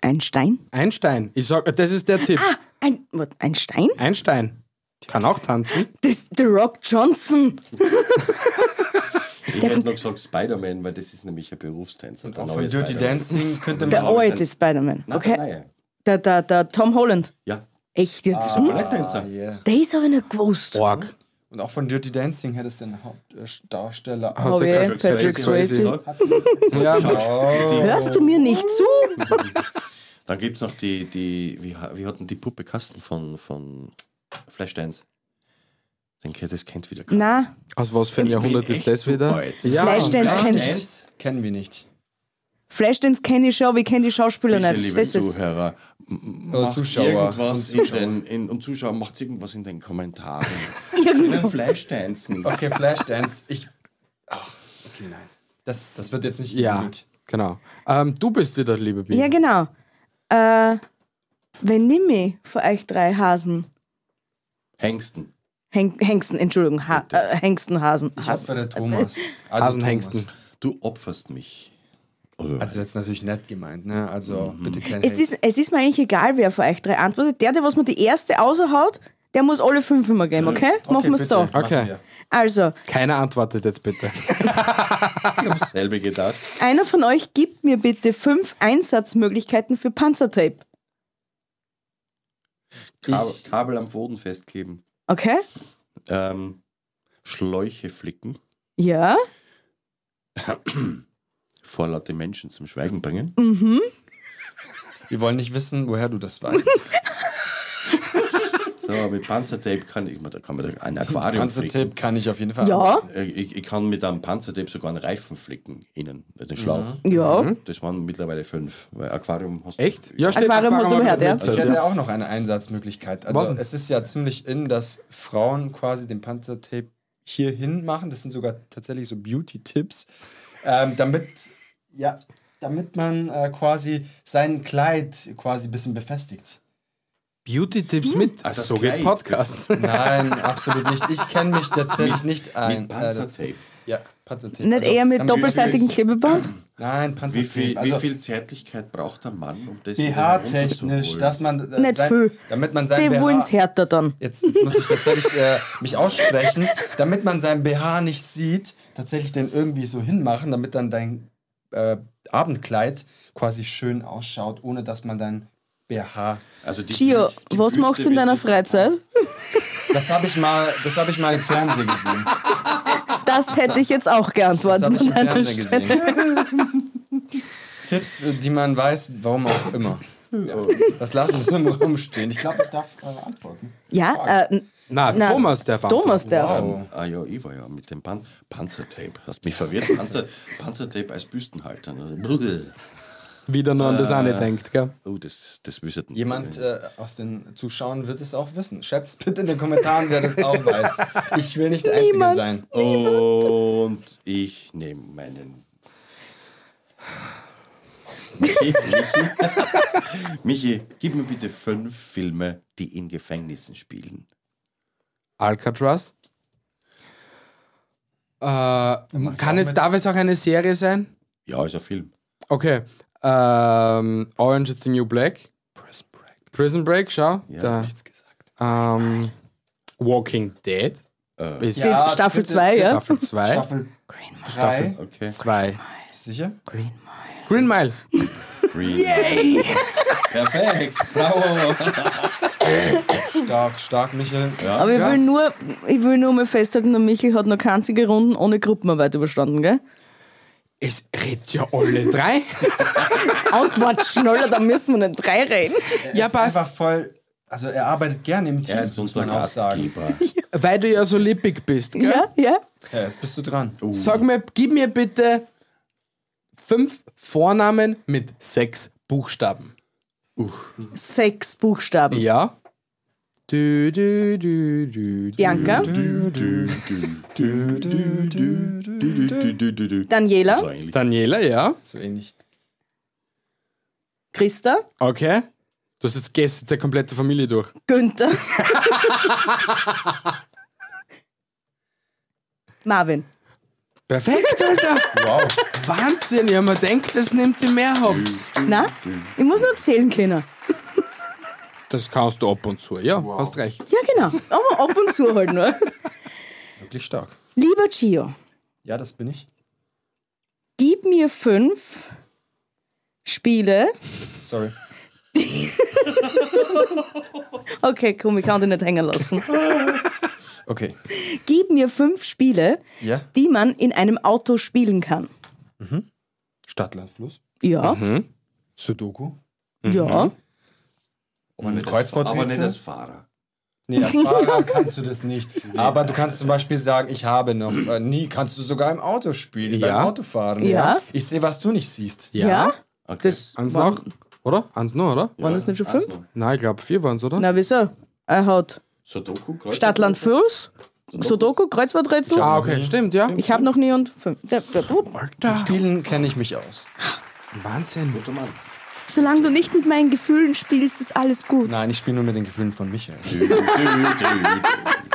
Speaker 2: ein Stein.
Speaker 1: Einstein. Ich sag, das ist der Tipp.
Speaker 4: Ah.
Speaker 2: Ein, was, ein Stein?
Speaker 1: Einstein. Kann auch tanzen.
Speaker 2: Das ist The Rock Johnson.
Speaker 3: Ich hätte noch gesagt Spider-Man, weil das ist nämlich ein Berufstänzer. der
Speaker 4: Auch
Speaker 3: neue
Speaker 4: von Dirty
Speaker 3: Spider-Man.
Speaker 4: Dancing könnte
Speaker 2: Der
Speaker 4: man.
Speaker 3: aber
Speaker 2: alte
Speaker 3: sein-
Speaker 2: Spider-Man.
Speaker 3: Nein,
Speaker 2: okay.
Speaker 3: nein, nein.
Speaker 2: Der, der, der Tom Holland.
Speaker 3: Ja,
Speaker 2: Echt
Speaker 3: Ah.
Speaker 2: jetzt? Hm?
Speaker 3: Brettänzer.
Speaker 2: Das habe ich nicht gewusst.
Speaker 1: Org.
Speaker 4: Und auch von Dirty Dancing her das den Hauptdarsteller.
Speaker 1: Hat sie
Speaker 2: Oh,
Speaker 1: gesagt,
Speaker 2: ja. Patrick Swayze.
Speaker 1: Ja,
Speaker 2: Hörst du mir nicht zu?
Speaker 3: Dann gibt es noch die, die wie, ha- wie hatten die Puppe Kasten von, von Flashdance? Den kennt das kennt wieder keiner.
Speaker 2: Na,
Speaker 1: Aus Also was für ein
Speaker 3: Ich bin
Speaker 1: Jahrhundert ist
Speaker 3: echt
Speaker 1: das wieder?
Speaker 3: super alt.
Speaker 1: Ja,
Speaker 2: Flashdance
Speaker 3: Ah,
Speaker 4: Flashdance
Speaker 2: kenne ich.
Speaker 4: Dance kennen wir nicht.
Speaker 2: Flashdance kenne ich schon, aber ich kenne die Schauspieler
Speaker 3: Bitte,
Speaker 2: nicht.
Speaker 3: liebe
Speaker 2: Das ist
Speaker 3: Zuhörer,
Speaker 4: Oder
Speaker 3: macht
Speaker 4: Zuschauer
Speaker 3: irgendwas
Speaker 4: und
Speaker 3: in den, in, und Zuschauer macht irgendwas in den Kommentaren.
Speaker 2: irgendwas.
Speaker 3: Flashdance.
Speaker 4: Okay, Flashdance. Ich. Ach, okay, nein. Das, das wird jetzt nicht
Speaker 1: ja,
Speaker 4: gegoogelt.
Speaker 1: genau. Ähm, du bist wieder, liebe Biene.
Speaker 2: Ja, genau. Äh, wenn Nimmi von euch drei Hasen,
Speaker 3: Hengsten.
Speaker 2: Heng, Hengsten, Entschuldigung, ha, äh, Hengsten, Hasen,
Speaker 4: Ich
Speaker 2: Hasen.
Speaker 4: hoffe, der Thomas. Also
Speaker 1: Hasenhengsten.
Speaker 4: Thomas.
Speaker 3: Du opferst mich. Oder
Speaker 4: Also jetzt natürlich nett gemeint, ne? Also
Speaker 3: Mhm.
Speaker 4: bitte kein
Speaker 2: Es
Speaker 4: Hate.
Speaker 2: ist, es ist mir eigentlich egal, wer von euch drei antwortet. Der, der was mir die erste außerhaut, der muss alle fünf immer
Speaker 3: Hm.
Speaker 2: geben, okay? Machen wir
Speaker 4: bitte,
Speaker 2: es so.
Speaker 4: machen
Speaker 1: Okay.
Speaker 4: wir.
Speaker 2: Also,
Speaker 1: Keiner antwortet jetzt bitte.
Speaker 3: dasselbe gedacht.
Speaker 2: einer von euch gibt mir bitte fünf Einsatzmöglichkeiten für Panzertape.
Speaker 3: Kabel,
Speaker 4: Ich-
Speaker 3: Kabel am Boden festkleben.
Speaker 2: Okay?
Speaker 3: Ähm, Schläuche flicken.
Speaker 2: Ja?
Speaker 3: Vorlaute Menschen zum Schweigen bringen.
Speaker 4: Wir wollen nicht wissen, woher du das weißt.
Speaker 3: So, mit Panzertape kann ich, da kann man da ein Aquarium flicken.
Speaker 4: Panzertape kann ich auf jeden Fall.
Speaker 2: Ja?
Speaker 3: Äh, Ich, ich kann mit einem Panzertape sogar einen Reifen flicken, innen, äh, den Schlauch.
Speaker 4: Mhm.
Speaker 2: Ja.
Speaker 3: Das waren mittlerweile fünf, weil Aquarium hast du-
Speaker 1: Echt? Ja, steht
Speaker 2: Aquarium hast du
Speaker 1: Aquarium
Speaker 2: gehört, ja.
Speaker 1: mit
Speaker 4: Also
Speaker 3: Also
Speaker 4: Ich
Speaker 1: Münze,
Speaker 4: hätte ja auch noch eine Einsatzmöglichkeit. Also
Speaker 1: Was denn?
Speaker 4: es ist ja ziemlich in, dass Frauen quasi den Panzertape hierhin machen. Das sind sogar tatsächlich so Beauty-Tipps, ähm, damit ja, damit man äh, quasi sein Kleid quasi ein bisschen befestigt.
Speaker 1: Beauty-Tipps mit.
Speaker 3: Ah, das
Speaker 1: so geht
Speaker 3: Kleid.
Speaker 1: Podcast.
Speaker 4: Nein, absolut nicht. Ich kenne mich tatsächlich nicht ein.
Speaker 3: Mit
Speaker 4: Äh, das-
Speaker 3: Panzertape.
Speaker 4: ja, Panzertape.
Speaker 2: Nicht
Speaker 4: Also,
Speaker 2: eher
Speaker 4: dann-
Speaker 2: mit doppelseitigen Klebeband?
Speaker 4: Nein,
Speaker 3: Wie
Speaker 4: Panzertape.
Speaker 3: viel,
Speaker 4: also,
Speaker 3: wie viel Zärtlichkeit braucht der Mann, um das wieder
Speaker 4: BH-technisch,
Speaker 3: herunterzuholen?
Speaker 4: dass man äh,
Speaker 2: Nicht
Speaker 4: sein,
Speaker 2: viel.
Speaker 4: damit man sein
Speaker 2: Die
Speaker 4: BH
Speaker 2: wollen's härter dann.
Speaker 4: jetzt, jetzt muss ich tatsächlich äh, mich aussprechen, damit man sein BH nicht sieht, tatsächlich den irgendwie so hinmachen, damit dann dein äh, Abendkleid quasi schön ausschaut, ohne dass man dein BH.
Speaker 3: Also die
Speaker 2: Gio,
Speaker 3: Bild- die
Speaker 2: was
Speaker 3: Büste
Speaker 2: machst du in deiner
Speaker 3: wird-
Speaker 2: Freizeit?
Speaker 4: Das habe ich mal, das habe ich mal im Fernsehen gesehen.
Speaker 2: Das hätte ich jetzt auch
Speaker 4: Das habe
Speaker 2: geantwortet
Speaker 4: ich im
Speaker 2: an deiner
Speaker 4: Fernsehen
Speaker 2: Stelle.
Speaker 4: gesehen. Oh, Tipps, äh, die man weiß, warum auch immer. Ja, das lassen wir so im Raum stehen. Ich glaube, ich darf äh, antworten.
Speaker 2: Ja, äh,
Speaker 1: Na,
Speaker 2: Na,
Speaker 1: Thomas, der war.
Speaker 2: Thomas darf.
Speaker 4: Wow.
Speaker 3: Ah ja, ich war ja mit dem Pan Panzertape. Hast mich verwirrt. Panzer Panzertape als Büstenhalter. Also Brrr.
Speaker 1: Wieder nur an das eine denkt, gell?
Speaker 3: Oh, das, das wüssten
Speaker 4: Jemand äh, aus den Zuschauern wird es auch wissen. Schreibt es bitte in den Kommentaren, wer das auch weiß. Ich will nicht der Einzige sein.
Speaker 3: Und ich nehme meinen. Michi, Michi, Michi, gib mir bitte fünf Filme, die in Gefängnissen spielen.
Speaker 1: Alcatraz. Äh, kann es, darf es auch eine Serie sein?
Speaker 3: Ja, ist ein Film.
Speaker 1: Okay. Ähm, Orange is the New Black. Prison Break, schau. da.
Speaker 4: Nichts gesagt.
Speaker 1: Ähm, Walking Dead. Ist
Speaker 4: Ja,
Speaker 2: Staffel
Speaker 4: bitte.
Speaker 2: 2, ja?
Speaker 1: Staffel 2.
Speaker 4: Staffel
Speaker 1: Staffel
Speaker 4: 3.
Speaker 3: Okay.
Speaker 1: 2.
Speaker 4: Sicher?
Speaker 1: Green Mile.
Speaker 3: Green. Yay! Perfekt. Bravo.
Speaker 4: Stark, stark, Michael.
Speaker 2: Aber ich will, nur, ich will nur mal festhalten, der Michel hat noch keine einzige Runden ohne Gruppenarbeit überstanden, gell?
Speaker 1: Es redet ja alle drei.
Speaker 2: Antwort schneller, da müssen wir nicht drei reden.
Speaker 1: ja,
Speaker 4: Einfach
Speaker 1: passt.
Speaker 4: voll. Also er arbeitet gerne im Team,
Speaker 3: Er ist
Speaker 4: muss
Speaker 3: unser
Speaker 4: man auch sagen.
Speaker 3: Gastgeber.
Speaker 1: Weil du ja so lippig bist, gell?
Speaker 2: Ja, ja.
Speaker 4: Ja, jetzt bist du dran.
Speaker 1: Sag mir, gib mir bitte fünf Vornamen mit sechs Buchstaben.
Speaker 2: Sechs Buchstaben.
Speaker 1: Ja. Du, du, du, du, du.
Speaker 2: Bianca,
Speaker 3: Du, du, du, du, du, du, du, du, du, du, du. So
Speaker 2: Daniela,
Speaker 3: eigentlich.
Speaker 1: Daniela, ja.
Speaker 4: So ähnlich.
Speaker 2: Christa,
Speaker 1: Okay. Du hast jetzt gestern der komplette Familie durch.
Speaker 2: Günther. Marvin.
Speaker 1: Perfekt, Alter.
Speaker 4: Wow.
Speaker 1: Wahnsinn. Ja, man denkt, das nimmt die mehr Hops.
Speaker 2: Na, ich muss nur zählen können.
Speaker 1: Das kannst du ab und zu. Ja, hast recht.
Speaker 2: Ja, genau. Aber ab und zu halt nur.
Speaker 4: Wirklich stark.
Speaker 2: Lieber Gio,
Speaker 4: Ja, das bin ich.
Speaker 2: gib mir fünf Spiele,
Speaker 4: Sorry.
Speaker 2: Okay, komm, ich kann dich nicht hängen lassen.
Speaker 4: Okay.
Speaker 2: Gib mir fünf Spiele,
Speaker 4: Ja.
Speaker 2: die man in einem Auto spielen kann.
Speaker 4: Stadt, Land, Fluss.
Speaker 2: Ja,
Speaker 4: Sudoku.
Speaker 2: ja.
Speaker 3: Aber nicht, als,
Speaker 4: Kreuzworträtsel?
Speaker 3: aber nicht als Fahrer.
Speaker 4: Nee, als Fahrer kannst du das nicht. Aber du kannst zum Beispiel sagen, ich habe noch äh, nie, kannst du sogar im Auto spielen,
Speaker 1: Ja.
Speaker 4: beim Autofahren.
Speaker 2: Ja.
Speaker 4: Ich sehe, was du nicht siehst.
Speaker 2: Ja?
Speaker 3: Okay.
Speaker 2: Das
Speaker 1: Eins noch, oder? Eins noch, oder?
Speaker 2: waren das nicht schon
Speaker 3: Eins
Speaker 2: fünf?
Speaker 3: noch.
Speaker 1: Nein, ich glaube vier waren es, oder?
Speaker 2: Na, wieso? Er hat
Speaker 3: Sudoku, Kreuzworträtsel.
Speaker 2: Stadtland Fluss, Sudoku, Kreuzworträtsel.
Speaker 1: Ah, okay, stimmt, ja.
Speaker 2: Ich habe noch nie und fünf. Da, da, da.
Speaker 1: Alter,
Speaker 4: Spielen kenne ich mich aus.
Speaker 1: Wahnsinn.
Speaker 3: Guter Mann.
Speaker 2: Solange du nicht mit meinen Gefühlen spielst, ist alles gut.
Speaker 4: Nein, ich spiele nur mit den Gefühlen von Michael.
Speaker 3: Dü, dü, dü,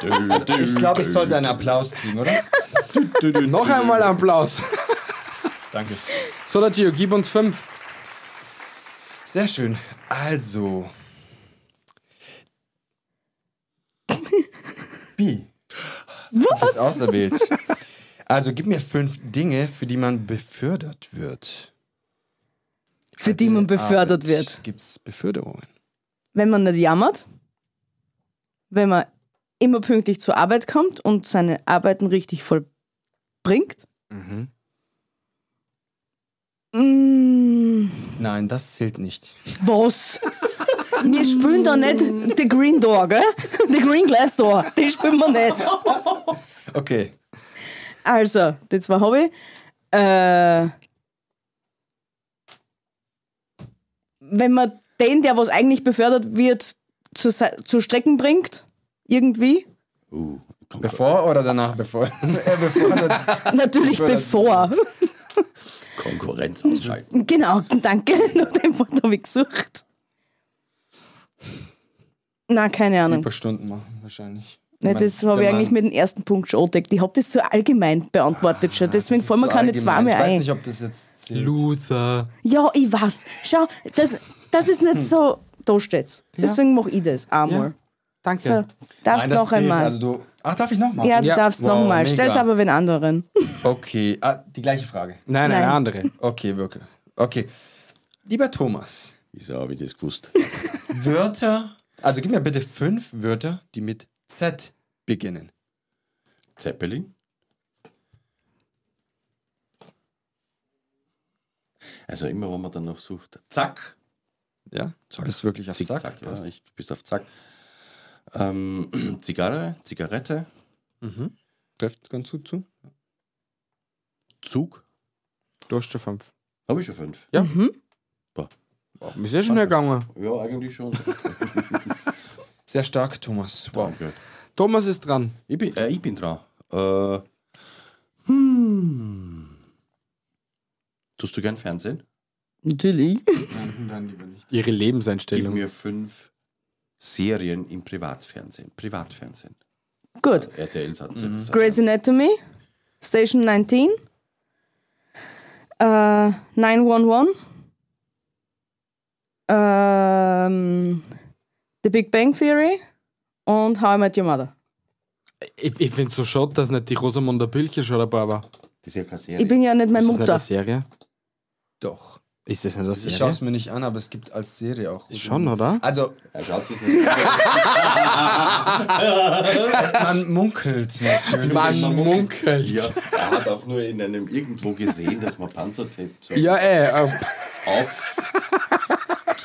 Speaker 3: dü, dü, dü,
Speaker 4: Ich glaube, ich
Speaker 3: dü.
Speaker 4: sollte einen Applaus kriegen, oder?
Speaker 1: Noch einmal Applaus.
Speaker 4: Danke.
Speaker 1: So, der Gio, gib uns fünf.
Speaker 4: Sehr schön. Also. B. Was? Du bist auserwählt. Also gib mir fünf Dinge, für die man befördert wird. Äh,
Speaker 2: Für die man befördert wird.
Speaker 4: Gibt es Beförderungen?
Speaker 2: Wenn man nicht jammert, wenn man immer pünktlich zur Arbeit kommt und seine Arbeiten richtig vollbringt. Mm,
Speaker 4: Nein, das zählt nicht.
Speaker 2: was? Wir spielen da nicht The Green Door, gell? The Green Glass Door. Die spielen wir nicht.
Speaker 4: Okay.
Speaker 2: Also, die zwei habe ich. Äh, wenn man den, der was eigentlich befördert wird, zu, se- zu Strecken bringt, irgendwie.
Speaker 3: Uh, komm,
Speaker 4: Bevor oder danach bevor? Er befördert.
Speaker 2: Natürlich bevor.
Speaker 3: Konkurrenz ausschalten.
Speaker 2: Genau, danke. Nach dem Wort habe ich gesucht. Na, keine Ahnung.
Speaker 4: Überstunden machen wahrscheinlich.
Speaker 2: Nein, das habe ich eigentlich mit dem ersten Punkt schon entdeckt. Ich habe das so allgemein beantwortet
Speaker 4: Ah,
Speaker 2: schon. Deswegen fallen mir keine zwei mehr
Speaker 4: Ich weiß
Speaker 2: ein.
Speaker 4: nicht, ob das jetzt zählt.
Speaker 1: Luther.
Speaker 2: Ja, ich weiß. Schau, das, das ist nicht so. Da steht's. Deswegen mache ich das einmal.
Speaker 1: Danke.
Speaker 2: So, darfst
Speaker 4: Nein, das
Speaker 2: noch
Speaker 4: zählt.
Speaker 2: einmal.
Speaker 4: Also du, ach, darf ich nochmal?
Speaker 2: ja, du
Speaker 1: Ja,
Speaker 2: darfst
Speaker 4: wow,
Speaker 2: noch mal.
Speaker 4: mega.
Speaker 2: Stell's aber wen anderen.
Speaker 4: Okay, ah, die gleiche Frage.
Speaker 1: Nein, nein,
Speaker 2: Nein.
Speaker 1: eine andere.
Speaker 4: Okay, wirklich. Okay. Lieber Thomas,
Speaker 3: Wieso habe ich das gewusst?
Speaker 4: Wörter, also gib mir bitte fünf Wörter, die mit Z beginnen.
Speaker 3: Zeppelin? Also immer, wenn man dann noch sucht. Zack!
Speaker 4: Ja? Du bist wirklich auf Zack.
Speaker 3: Zack, ja,
Speaker 4: passt.
Speaker 3: ich, du bist auf Zack. Ähm, Zigarre, Zigarette,
Speaker 4: mhm. Trifft ganz gut zu.
Speaker 3: Zug.
Speaker 1: Du hast schon fünf.
Speaker 3: Habe ich schon fünf.
Speaker 1: Ist sehr schnell gegangen.
Speaker 3: Ja, eigentlich schon.
Speaker 4: Sehr stark, Thomas. Wow.
Speaker 3: Danke.
Speaker 1: Thomas ist dran.
Speaker 3: Ich bin, äh, ich bin dran. Äh, hmm. Tust du gern Fernsehen?
Speaker 2: Natürlich.
Speaker 4: Nein, dann lieber nicht.
Speaker 1: Ihre
Speaker 3: Gib
Speaker 1: Lebenseinstellung.
Speaker 3: mir fünf Serien im Privatfernsehen. Privatfernsehen.
Speaker 2: Gut.
Speaker 3: RTL hat.
Speaker 2: Grey's Anatomy, Station 19, äh, 911, ähm, The Big Bang Theory und How I Met Your Mother.
Speaker 1: Ich, ich finde so schade, dass nicht die Rosamunde Pilcher schon dabei war.
Speaker 3: Das ist ja keine Serie.
Speaker 2: Ich bin ja nicht meine
Speaker 1: Ist das nicht
Speaker 2: Mutter.
Speaker 1: eine Serie?
Speaker 4: Doch.
Speaker 1: Ist das nicht eine
Speaker 4: Ich schaue
Speaker 1: Serie?
Speaker 4: es mir nicht an, aber es gibt als Serie auch.
Speaker 1: Schon, oder?
Speaker 4: Also,
Speaker 3: er schaut sich nicht an.
Speaker 4: man munkelt natürlich.
Speaker 1: Man munkelt.
Speaker 3: ja,
Speaker 1: Ja,
Speaker 3: er hat auch nur in einem irgendwo gesehen, dass man Panzertape so
Speaker 1: ey. Äh,
Speaker 3: auf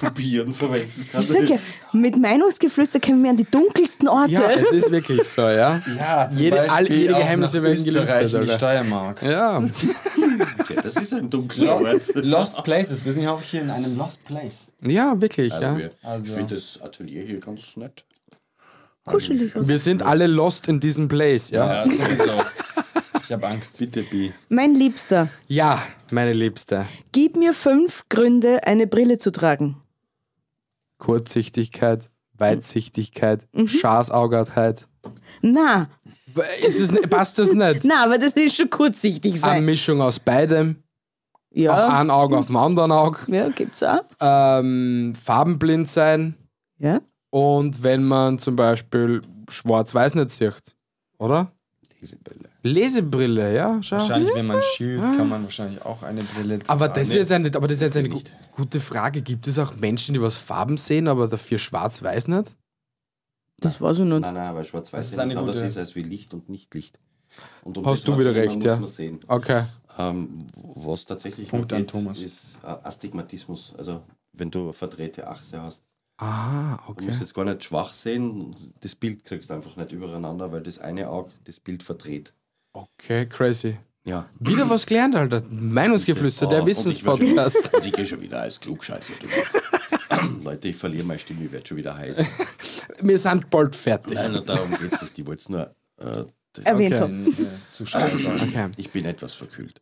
Speaker 3: Tubieren verwenden kann.
Speaker 2: Ich sag ja, mit Meinungsgeflüster kämen wir an die dunkelsten Orte.
Speaker 1: ja, also- es ist wirklich so, ja.
Speaker 4: Ja, zum
Speaker 1: Jede- all-
Speaker 4: Beispiel
Speaker 1: jede
Speaker 4: auch
Speaker 1: Geheimnisse
Speaker 4: nach
Speaker 1: werden
Speaker 4: Österreich
Speaker 1: gelüftet,
Speaker 4: in die
Speaker 1: Alter.
Speaker 4: Steiermark.
Speaker 1: Ja,
Speaker 3: Ja, das ist ein dunkler Ort.
Speaker 4: Lost Places. Wir sind ja auch hier in einem Lost Place.
Speaker 1: ja wirklich,
Speaker 3: Also,
Speaker 1: ja.
Speaker 3: wir-
Speaker 4: Also.
Speaker 3: Ich finde das Atelier hier ganz nett.
Speaker 2: Kuschelig. oder?
Speaker 1: Wir sind alle lost in diesem Place, ja.
Speaker 4: Ja, sowieso. Ich habe Angst.
Speaker 3: Bitte, Bi.
Speaker 2: Mein Liebster,
Speaker 1: Ja, meine Liebste.
Speaker 2: gib mir fünf Gründe, eine Brille zu tragen.
Speaker 1: Kurzsichtigkeit, Weitsichtigkeit, Schaßaugertheit.
Speaker 2: Na,
Speaker 1: Ist es, nicht- passt das nicht?
Speaker 2: na, aber das ist schon kurzsichtig
Speaker 1: Eine
Speaker 2: sein.
Speaker 1: Mischung aus beidem. Auf
Speaker 2: ja.
Speaker 1: einem Auge, auf dem anderen Auge.
Speaker 2: ja, gibt's auch.
Speaker 1: Ähm, farbenblind sein.
Speaker 2: Ja.
Speaker 1: Und wenn man zum Beispiel schwarz-weiß nicht sieht, oder?
Speaker 3: Lesebälle.
Speaker 1: Lesebrille, ja, schau.
Speaker 4: Wahrscheinlich, wenn man schielt, kann man wahrscheinlich auch eine Brille tragen.
Speaker 1: Aber das ist jetzt eine, aber das ist jetzt eine
Speaker 3: geht
Speaker 1: gu
Speaker 3: nicht.
Speaker 1: gute Frage. Gibt es auch Menschen, die was Farben sehen, aber dafür schwarz-weiß nicht?
Speaker 2: Das war so nur.
Speaker 3: Nein, nein, weil Schwarz-Weiß
Speaker 4: ist
Speaker 3: ja nichts
Speaker 4: eine
Speaker 3: anderes
Speaker 4: gute-
Speaker 3: ist als wie Licht und Nicht-Licht. Und um
Speaker 1: Hast
Speaker 3: das
Speaker 1: du wieder
Speaker 3: wahrzunehmen,
Speaker 1: recht,
Speaker 3: muss
Speaker 1: ja.
Speaker 3: man sehen.
Speaker 1: Okay.
Speaker 3: Ähm, was tatsächlich
Speaker 4: Punkt
Speaker 3: noch
Speaker 4: an
Speaker 3: geht,
Speaker 4: Thomas.
Speaker 3: ist äh, Astigmatismus. Also wenn du eine verdrehte Achse hast.
Speaker 1: Ah,
Speaker 3: Du musst
Speaker 1: okay.
Speaker 3: jetzt gar nicht schwach sehen, das Bild kriegst du einfach nicht übereinander, weil das eine Auge das Bild verdreht.
Speaker 1: Okay, crazy.
Speaker 3: Ja.
Speaker 1: Wieder was gelernt, Alter. Meinungsgeflüster,
Speaker 3: Oh,
Speaker 1: der
Speaker 3: und ich war schon-
Speaker 1: Wissenspodcast.
Speaker 3: Und ich gehe schon wieder als Klugscheißer durch. Leute, ich verliere meine Stimme, ich werde schon wieder heiß.
Speaker 1: Wir sind bald fertig.
Speaker 3: Nein, und darum geht es nicht. Ich wollte es nur. Äh,
Speaker 2: Erwähnt
Speaker 1: Okay.
Speaker 2: habe.
Speaker 4: Äh, Zuschauer sagen.
Speaker 1: Okay.
Speaker 3: ich bin etwas verkühlt.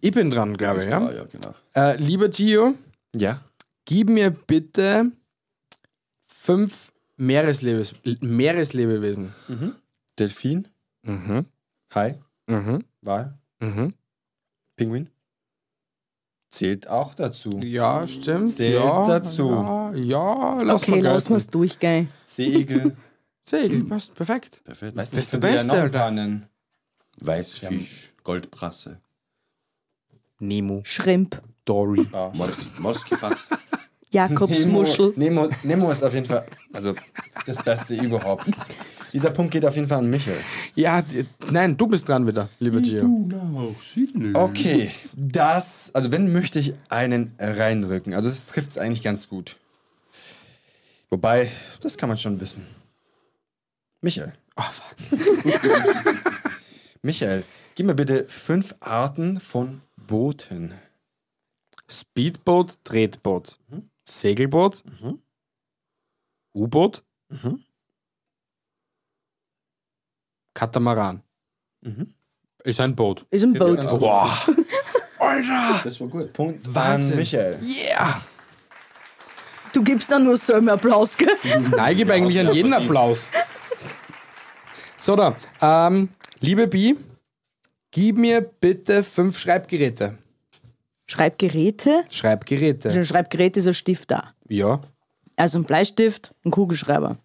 Speaker 1: Ich bin dran, glaube ich, ja.
Speaker 3: Ah, ja, genau.
Speaker 1: Äh, lieber Gio,
Speaker 4: Ja.
Speaker 1: gib mir bitte fünf Meereslebes Meereslebewesen.
Speaker 4: Delfin,
Speaker 1: Mhm.
Speaker 4: Hai,
Speaker 1: Mhm.
Speaker 4: Wal,
Speaker 1: Mhm.
Speaker 4: Pinguin. Zählt auch dazu.
Speaker 1: Ja, stimmt.
Speaker 4: Zählt
Speaker 1: ja,
Speaker 4: dazu.
Speaker 1: Ja, ja lass
Speaker 2: Okay,
Speaker 1: mal
Speaker 2: lass mal
Speaker 1: gelten.
Speaker 2: es durchgehen.
Speaker 4: Seeigel.
Speaker 1: Segel, passt perfekt.
Speaker 3: Perfekt.
Speaker 4: Weißt
Speaker 1: Das ist der
Speaker 4: ich könnte ja
Speaker 1: Beste,
Speaker 4: noch ein
Speaker 1: Alter.
Speaker 4: paar nennen.
Speaker 3: Weißfisch, Goldbrasse,
Speaker 1: Nemo,
Speaker 2: Schrimp,
Speaker 1: Dory.
Speaker 3: Mos Moskipass.
Speaker 2: Jakobsmuschel.
Speaker 4: Nemo, Nemo ist auf jeden Fall also das Beste überhaupt. Dieser Punkt geht auf jeden Fall an Michael.
Speaker 1: Ja, die, nein, du bist dran wieder,
Speaker 2: Hm,
Speaker 1: lieber Gio.
Speaker 4: Okay, das, also wenn möchte ich einen reindrücken. Also das trifft es eigentlich ganz gut. Wobei, das kann man schon wissen. Michael. Oh, fuck. Michael, gib mir bitte fünf Arten von Booten.
Speaker 1: Speedboot, Tretboot, Segelboot, U-Boot,
Speaker 4: Mhm.
Speaker 1: Katamaran.
Speaker 4: Mhm.
Speaker 1: Ist ein Boot.
Speaker 2: Ist ein Boot.
Speaker 4: Also,
Speaker 1: Alter!
Speaker 3: Das war gut.
Speaker 4: Punkt
Speaker 1: Wahnsinn.
Speaker 4: an Michael.
Speaker 1: Yeah!
Speaker 2: Du gibst dann nur so einen Applaus, gell?
Speaker 1: Nein, ich gebe eigentlich an jeden Applaus. So, da. Ähm, liebe Bi, gib mir bitte fünf Schreibgeräte.
Speaker 2: Schreibgeräte. Also
Speaker 1: Schreibgeräte.
Speaker 2: Ein Schreibgerät ist ein Stift da.
Speaker 1: Ja.
Speaker 2: Also ein Bleistift, ein Kugelschreiber,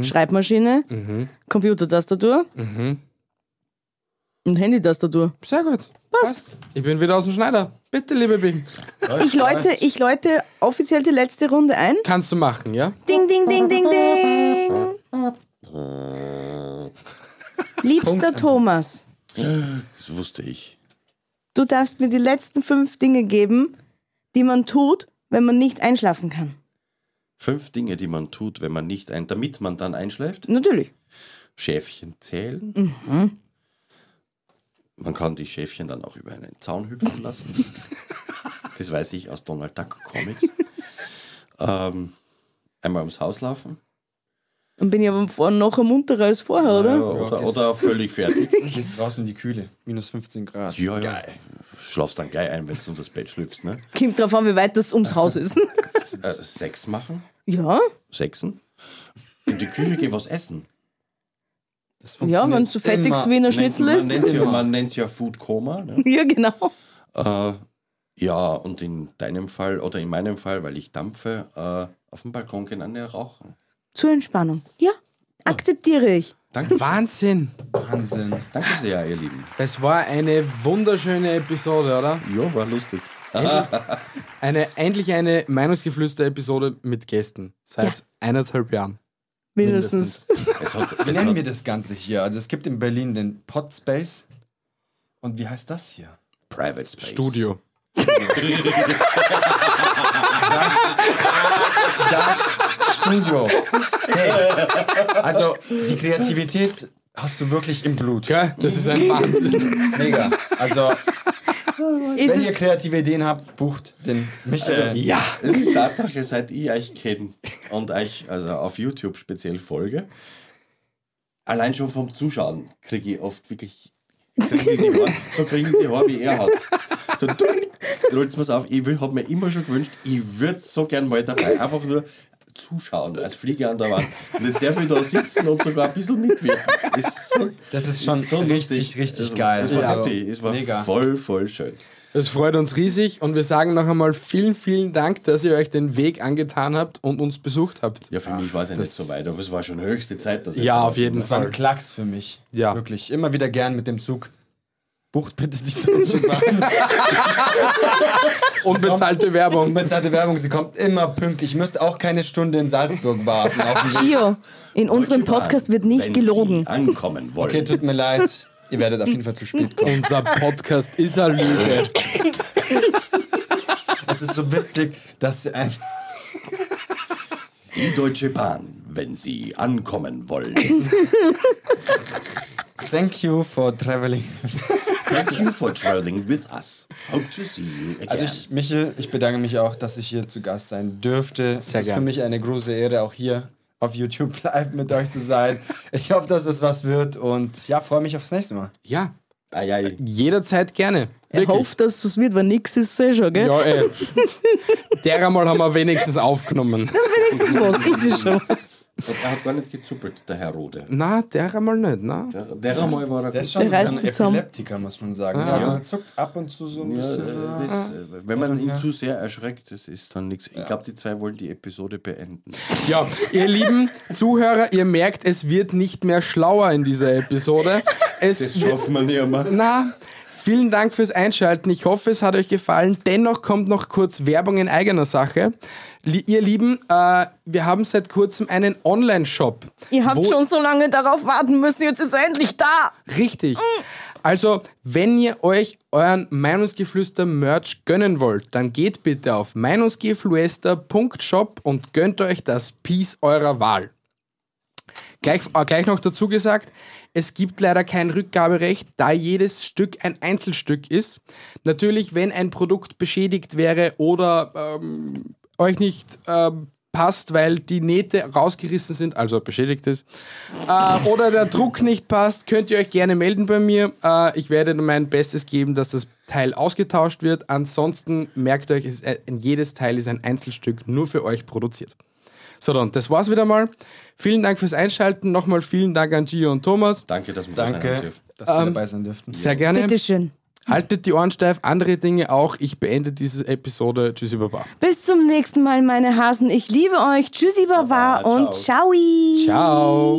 Speaker 2: Schreibmaschine, Computertastatur und Handytastatur.
Speaker 1: Sehr gut. Passt. Ich bin wieder aus dem Schneider. Bitte, liebe Bi.
Speaker 2: Ich läute, ich läute offiziell die letzte Runde ein.
Speaker 1: Kannst du machen, ja?
Speaker 2: Ding, ding, ding, ding, ding. Liebster Thomas,
Speaker 3: Das wusste ich.
Speaker 2: du darfst mir die letzten fünf Dinge geben, die man tut, wenn man nicht einschlafen kann.
Speaker 3: Fünf Dinge, die man tut, wenn man nicht ein, damit man dann einschläft.
Speaker 2: Natürlich.
Speaker 3: Schäfchen zählen. Mhm. Man kann die Schäfchen dann auch über einen Zaun hüpfen lassen. das weiß ich aus Donald Duck Comics. ähm, einmal ums Haus laufen.
Speaker 2: Dann bin ich aber vorhin noch munterer als vorher,
Speaker 3: Ja,
Speaker 2: oder?
Speaker 3: oder, oder völlig fertig.
Speaker 4: Du gehst raus in die Kühle. Minus 15 Grad.
Speaker 3: Ja, ja. Schlafst dann gleich ein, wenn du unter das Bett schlüpfst. Ne?
Speaker 2: Kommt drauf an, wie weit das ums Haus ist.
Speaker 3: Äh, Sex machen.
Speaker 2: ja,
Speaker 3: Sechsen. In die Küche gehen, was essen.
Speaker 4: Das
Speaker 2: ja
Speaker 4: funktioniert
Speaker 2: wenn du fettigst
Speaker 4: immer.
Speaker 2: wie ein Schnitzel
Speaker 3: man
Speaker 2: ist.
Speaker 3: nennt ja, man nennt's ja Food Coma. Ne?
Speaker 2: Ja, genau.
Speaker 3: Äh, ja, und in deinem Fall oder in meinem Fall, weil ich dampfe, äh, auf dem Balkon gehen an rauchen.
Speaker 2: Zur Entspannung. Ja,
Speaker 3: Ah.
Speaker 2: akzeptiere ich.
Speaker 3: Danke,
Speaker 1: Wahnsinn.
Speaker 4: Wahnsinn.
Speaker 3: danke sehr, ihr Lieben.
Speaker 1: Das war eine wunderschöne Episode, oder?
Speaker 3: Ja, war lustig.
Speaker 1: Eine, endlich eine Meinungsgeflüster-Episode mit Gästen. Seit eineinhalb Jahren.
Speaker 2: Mindestens.
Speaker 3: Es hat,
Speaker 4: Wie
Speaker 3: es
Speaker 4: nennen
Speaker 3: hat,
Speaker 4: wir das Ganze hier? Also es gibt in Berlin den Podspace. Und wie heißt das hier?
Speaker 3: Private Space.
Speaker 1: Studio.
Speaker 4: Das Studio. Hey, also die Kreativität hast du wirklich im Blut.
Speaker 1: Gell? Das ist ein Wahnsinn.
Speaker 4: Mega. Also
Speaker 2: Ist
Speaker 4: wenn ihr
Speaker 2: es,
Speaker 4: kreative Ideen habt, bucht den Michael.
Speaker 1: Äh, ja.
Speaker 3: Es ist Tatsache, seit ich euch kenne und euch also auf YouTube speziell folge, allein schon vom Zuschauen kriege ich oft wirklich kriege ich die Haare, so kriege ich die Haare, wie er hat. So rollt mir's auf. Ich habe mir immer schon gewünscht, ich würde so gern mal dabei einfach nur zuschauen, als Fliege an der Wand. Und jetzt darf ich da sitzen und sogar ein bisschen mitwirken. Das ist so,
Speaker 4: Das ist schon
Speaker 3: so
Speaker 4: richtig,
Speaker 3: lustig.
Speaker 4: richtig
Speaker 3: Also,
Speaker 4: geil.
Speaker 3: Es war
Speaker 4: Ja.
Speaker 3: happy, es war
Speaker 4: Mega.
Speaker 3: voll, voll schön.
Speaker 1: Das freut uns riesig und wir sagen noch einmal vielen, vielen Dank, dass ihr euch den Weg angetan habt und uns besucht habt.
Speaker 3: Ja, für mich war es ja nicht so weit, aber es war schon höchste Zeit, dass ich
Speaker 1: Ja,
Speaker 3: da
Speaker 1: auf jeden
Speaker 4: Das war ein
Speaker 1: Fall.
Speaker 4: Klacks für mich.
Speaker 1: Ja.
Speaker 4: Wirklich. Immer wieder gern mit dem Zug. Bucht bitte die deutsche Bahn.
Speaker 1: Unbezahlte Werbung.
Speaker 4: Unbezahlte Werbung, sie kommt immer pünktlich. Ihr müsst auch keine Stunde in Salzburg warten. Auf dem Weg.
Speaker 2: Gio, in unserem
Speaker 3: Deutsche Bahn,
Speaker 2: Podcast wird nicht
Speaker 3: wenn
Speaker 2: gelogen.
Speaker 3: Sie ankommen wollen.
Speaker 4: Okay, tut mir leid. Ihr werdet auf jeden Fall zu spät kommen.
Speaker 1: Unser Podcast ist halt, eine Lüge.
Speaker 4: Es ist so witzig, dass sie ein.
Speaker 3: Die Deutsche Bahn, wenn Sie ankommen wollen.
Speaker 4: Thank you for traveling.
Speaker 3: Thank you for traveling with us. Hope to see you again.
Speaker 4: Also ich, Michel, ich bedanke mich auch, dass ich hier zu Gast sein dürfte. es ist
Speaker 1: gern.
Speaker 4: für mich eine große Ehre, auch hier auf YouTube live mit euch zu sein. Ich hoffe, dass es was wird und ja, freue mich aufs nächste Mal.
Speaker 1: Ja,
Speaker 3: Ai, ai.
Speaker 1: jederzeit gerne.
Speaker 2: Er
Speaker 1: Wirklich.
Speaker 2: hofft, dass es wird, weil nix ist, sehe schon, gell?
Speaker 1: Ja, ey. Derer mal haben wir wenigstens aufgenommen.
Speaker 2: Wenigstens was, ist es schon.
Speaker 3: Und er hat gar nicht gezuppelt, der Herr Rode.
Speaker 1: Na, derer mal nicht, na?
Speaker 3: Der, der einmal war er
Speaker 4: Der ist
Speaker 3: gut.
Speaker 4: schon so
Speaker 2: Der reißt
Speaker 4: ein
Speaker 2: sie zusammen.
Speaker 4: Epileptiker, muss man sagen. Also er zuckt ab und zu so ein
Speaker 3: Ja,
Speaker 4: bisschen.
Speaker 3: äh,
Speaker 2: Ah.
Speaker 3: das, äh, wenn man ihn zu sehr erschreckt, das ist dann nichts. Ich glaube, die zwei wollen die Episode beenden.
Speaker 1: Ja, ihr lieben Zuhörer, ihr merkt, es wird nicht mehr schlauer in dieser Episode. Es wird,
Speaker 3: schafft man nicht einmal.
Speaker 1: na, vielen Dank fürs Einschalten. Ich hoffe, es hat euch gefallen. Dennoch kommt noch kurz Werbung in eigener Sache. Lie- ihr Lieben, äh, wir haben seit kurzem einen Online-Shop.
Speaker 2: Ihr habt
Speaker 1: Wo-
Speaker 2: schon so lange darauf warten müssen, jetzt ist er endlich da.
Speaker 1: Richtig. Also, wenn ihr euch euren Meinungsgeflüster-Merch gönnen wollt, dann geht bitte auf meinungsgeflüster.shop und gönnt euch das Piece eurer Wahl. Gleich, äh, gleich noch dazu gesagt, es gibt leider kein Rückgaberecht, da jedes Stück ein Einzelstück ist. Natürlich, wenn ein Produkt beschädigt wäre oder ähm, euch nicht ähm, passt, weil die Nähte rausgerissen sind, also beschädigt ist, äh, oder der Druck nicht passt, könnt ihr euch gerne melden bei mir. Äh, ich werde mein Bestes geben, dass das Teil ausgetauscht wird. Ansonsten merkt euch, es ist ein, jedes Teil ist ein Einzelstück nur für euch produziert. So, dann, das war's wieder mal. Vielen Dank fürs Einschalten. Nochmal vielen Dank an Gio und Thomas.
Speaker 3: Danke, dass wir da sein
Speaker 4: Danke,
Speaker 3: dürfen.
Speaker 4: dass wir dabei sein dürften.
Speaker 1: Sehr gerne.
Speaker 2: Bitteschön.
Speaker 1: Haltet die Ohren steif, andere Dinge auch. Ich beende diese Episode. Tschüssi, Baba.
Speaker 2: Bis zum nächsten Mal, meine Hasen. Ich liebe euch. Tschüssi, Baba
Speaker 3: Baba,
Speaker 2: und ciao.
Speaker 1: Ciao.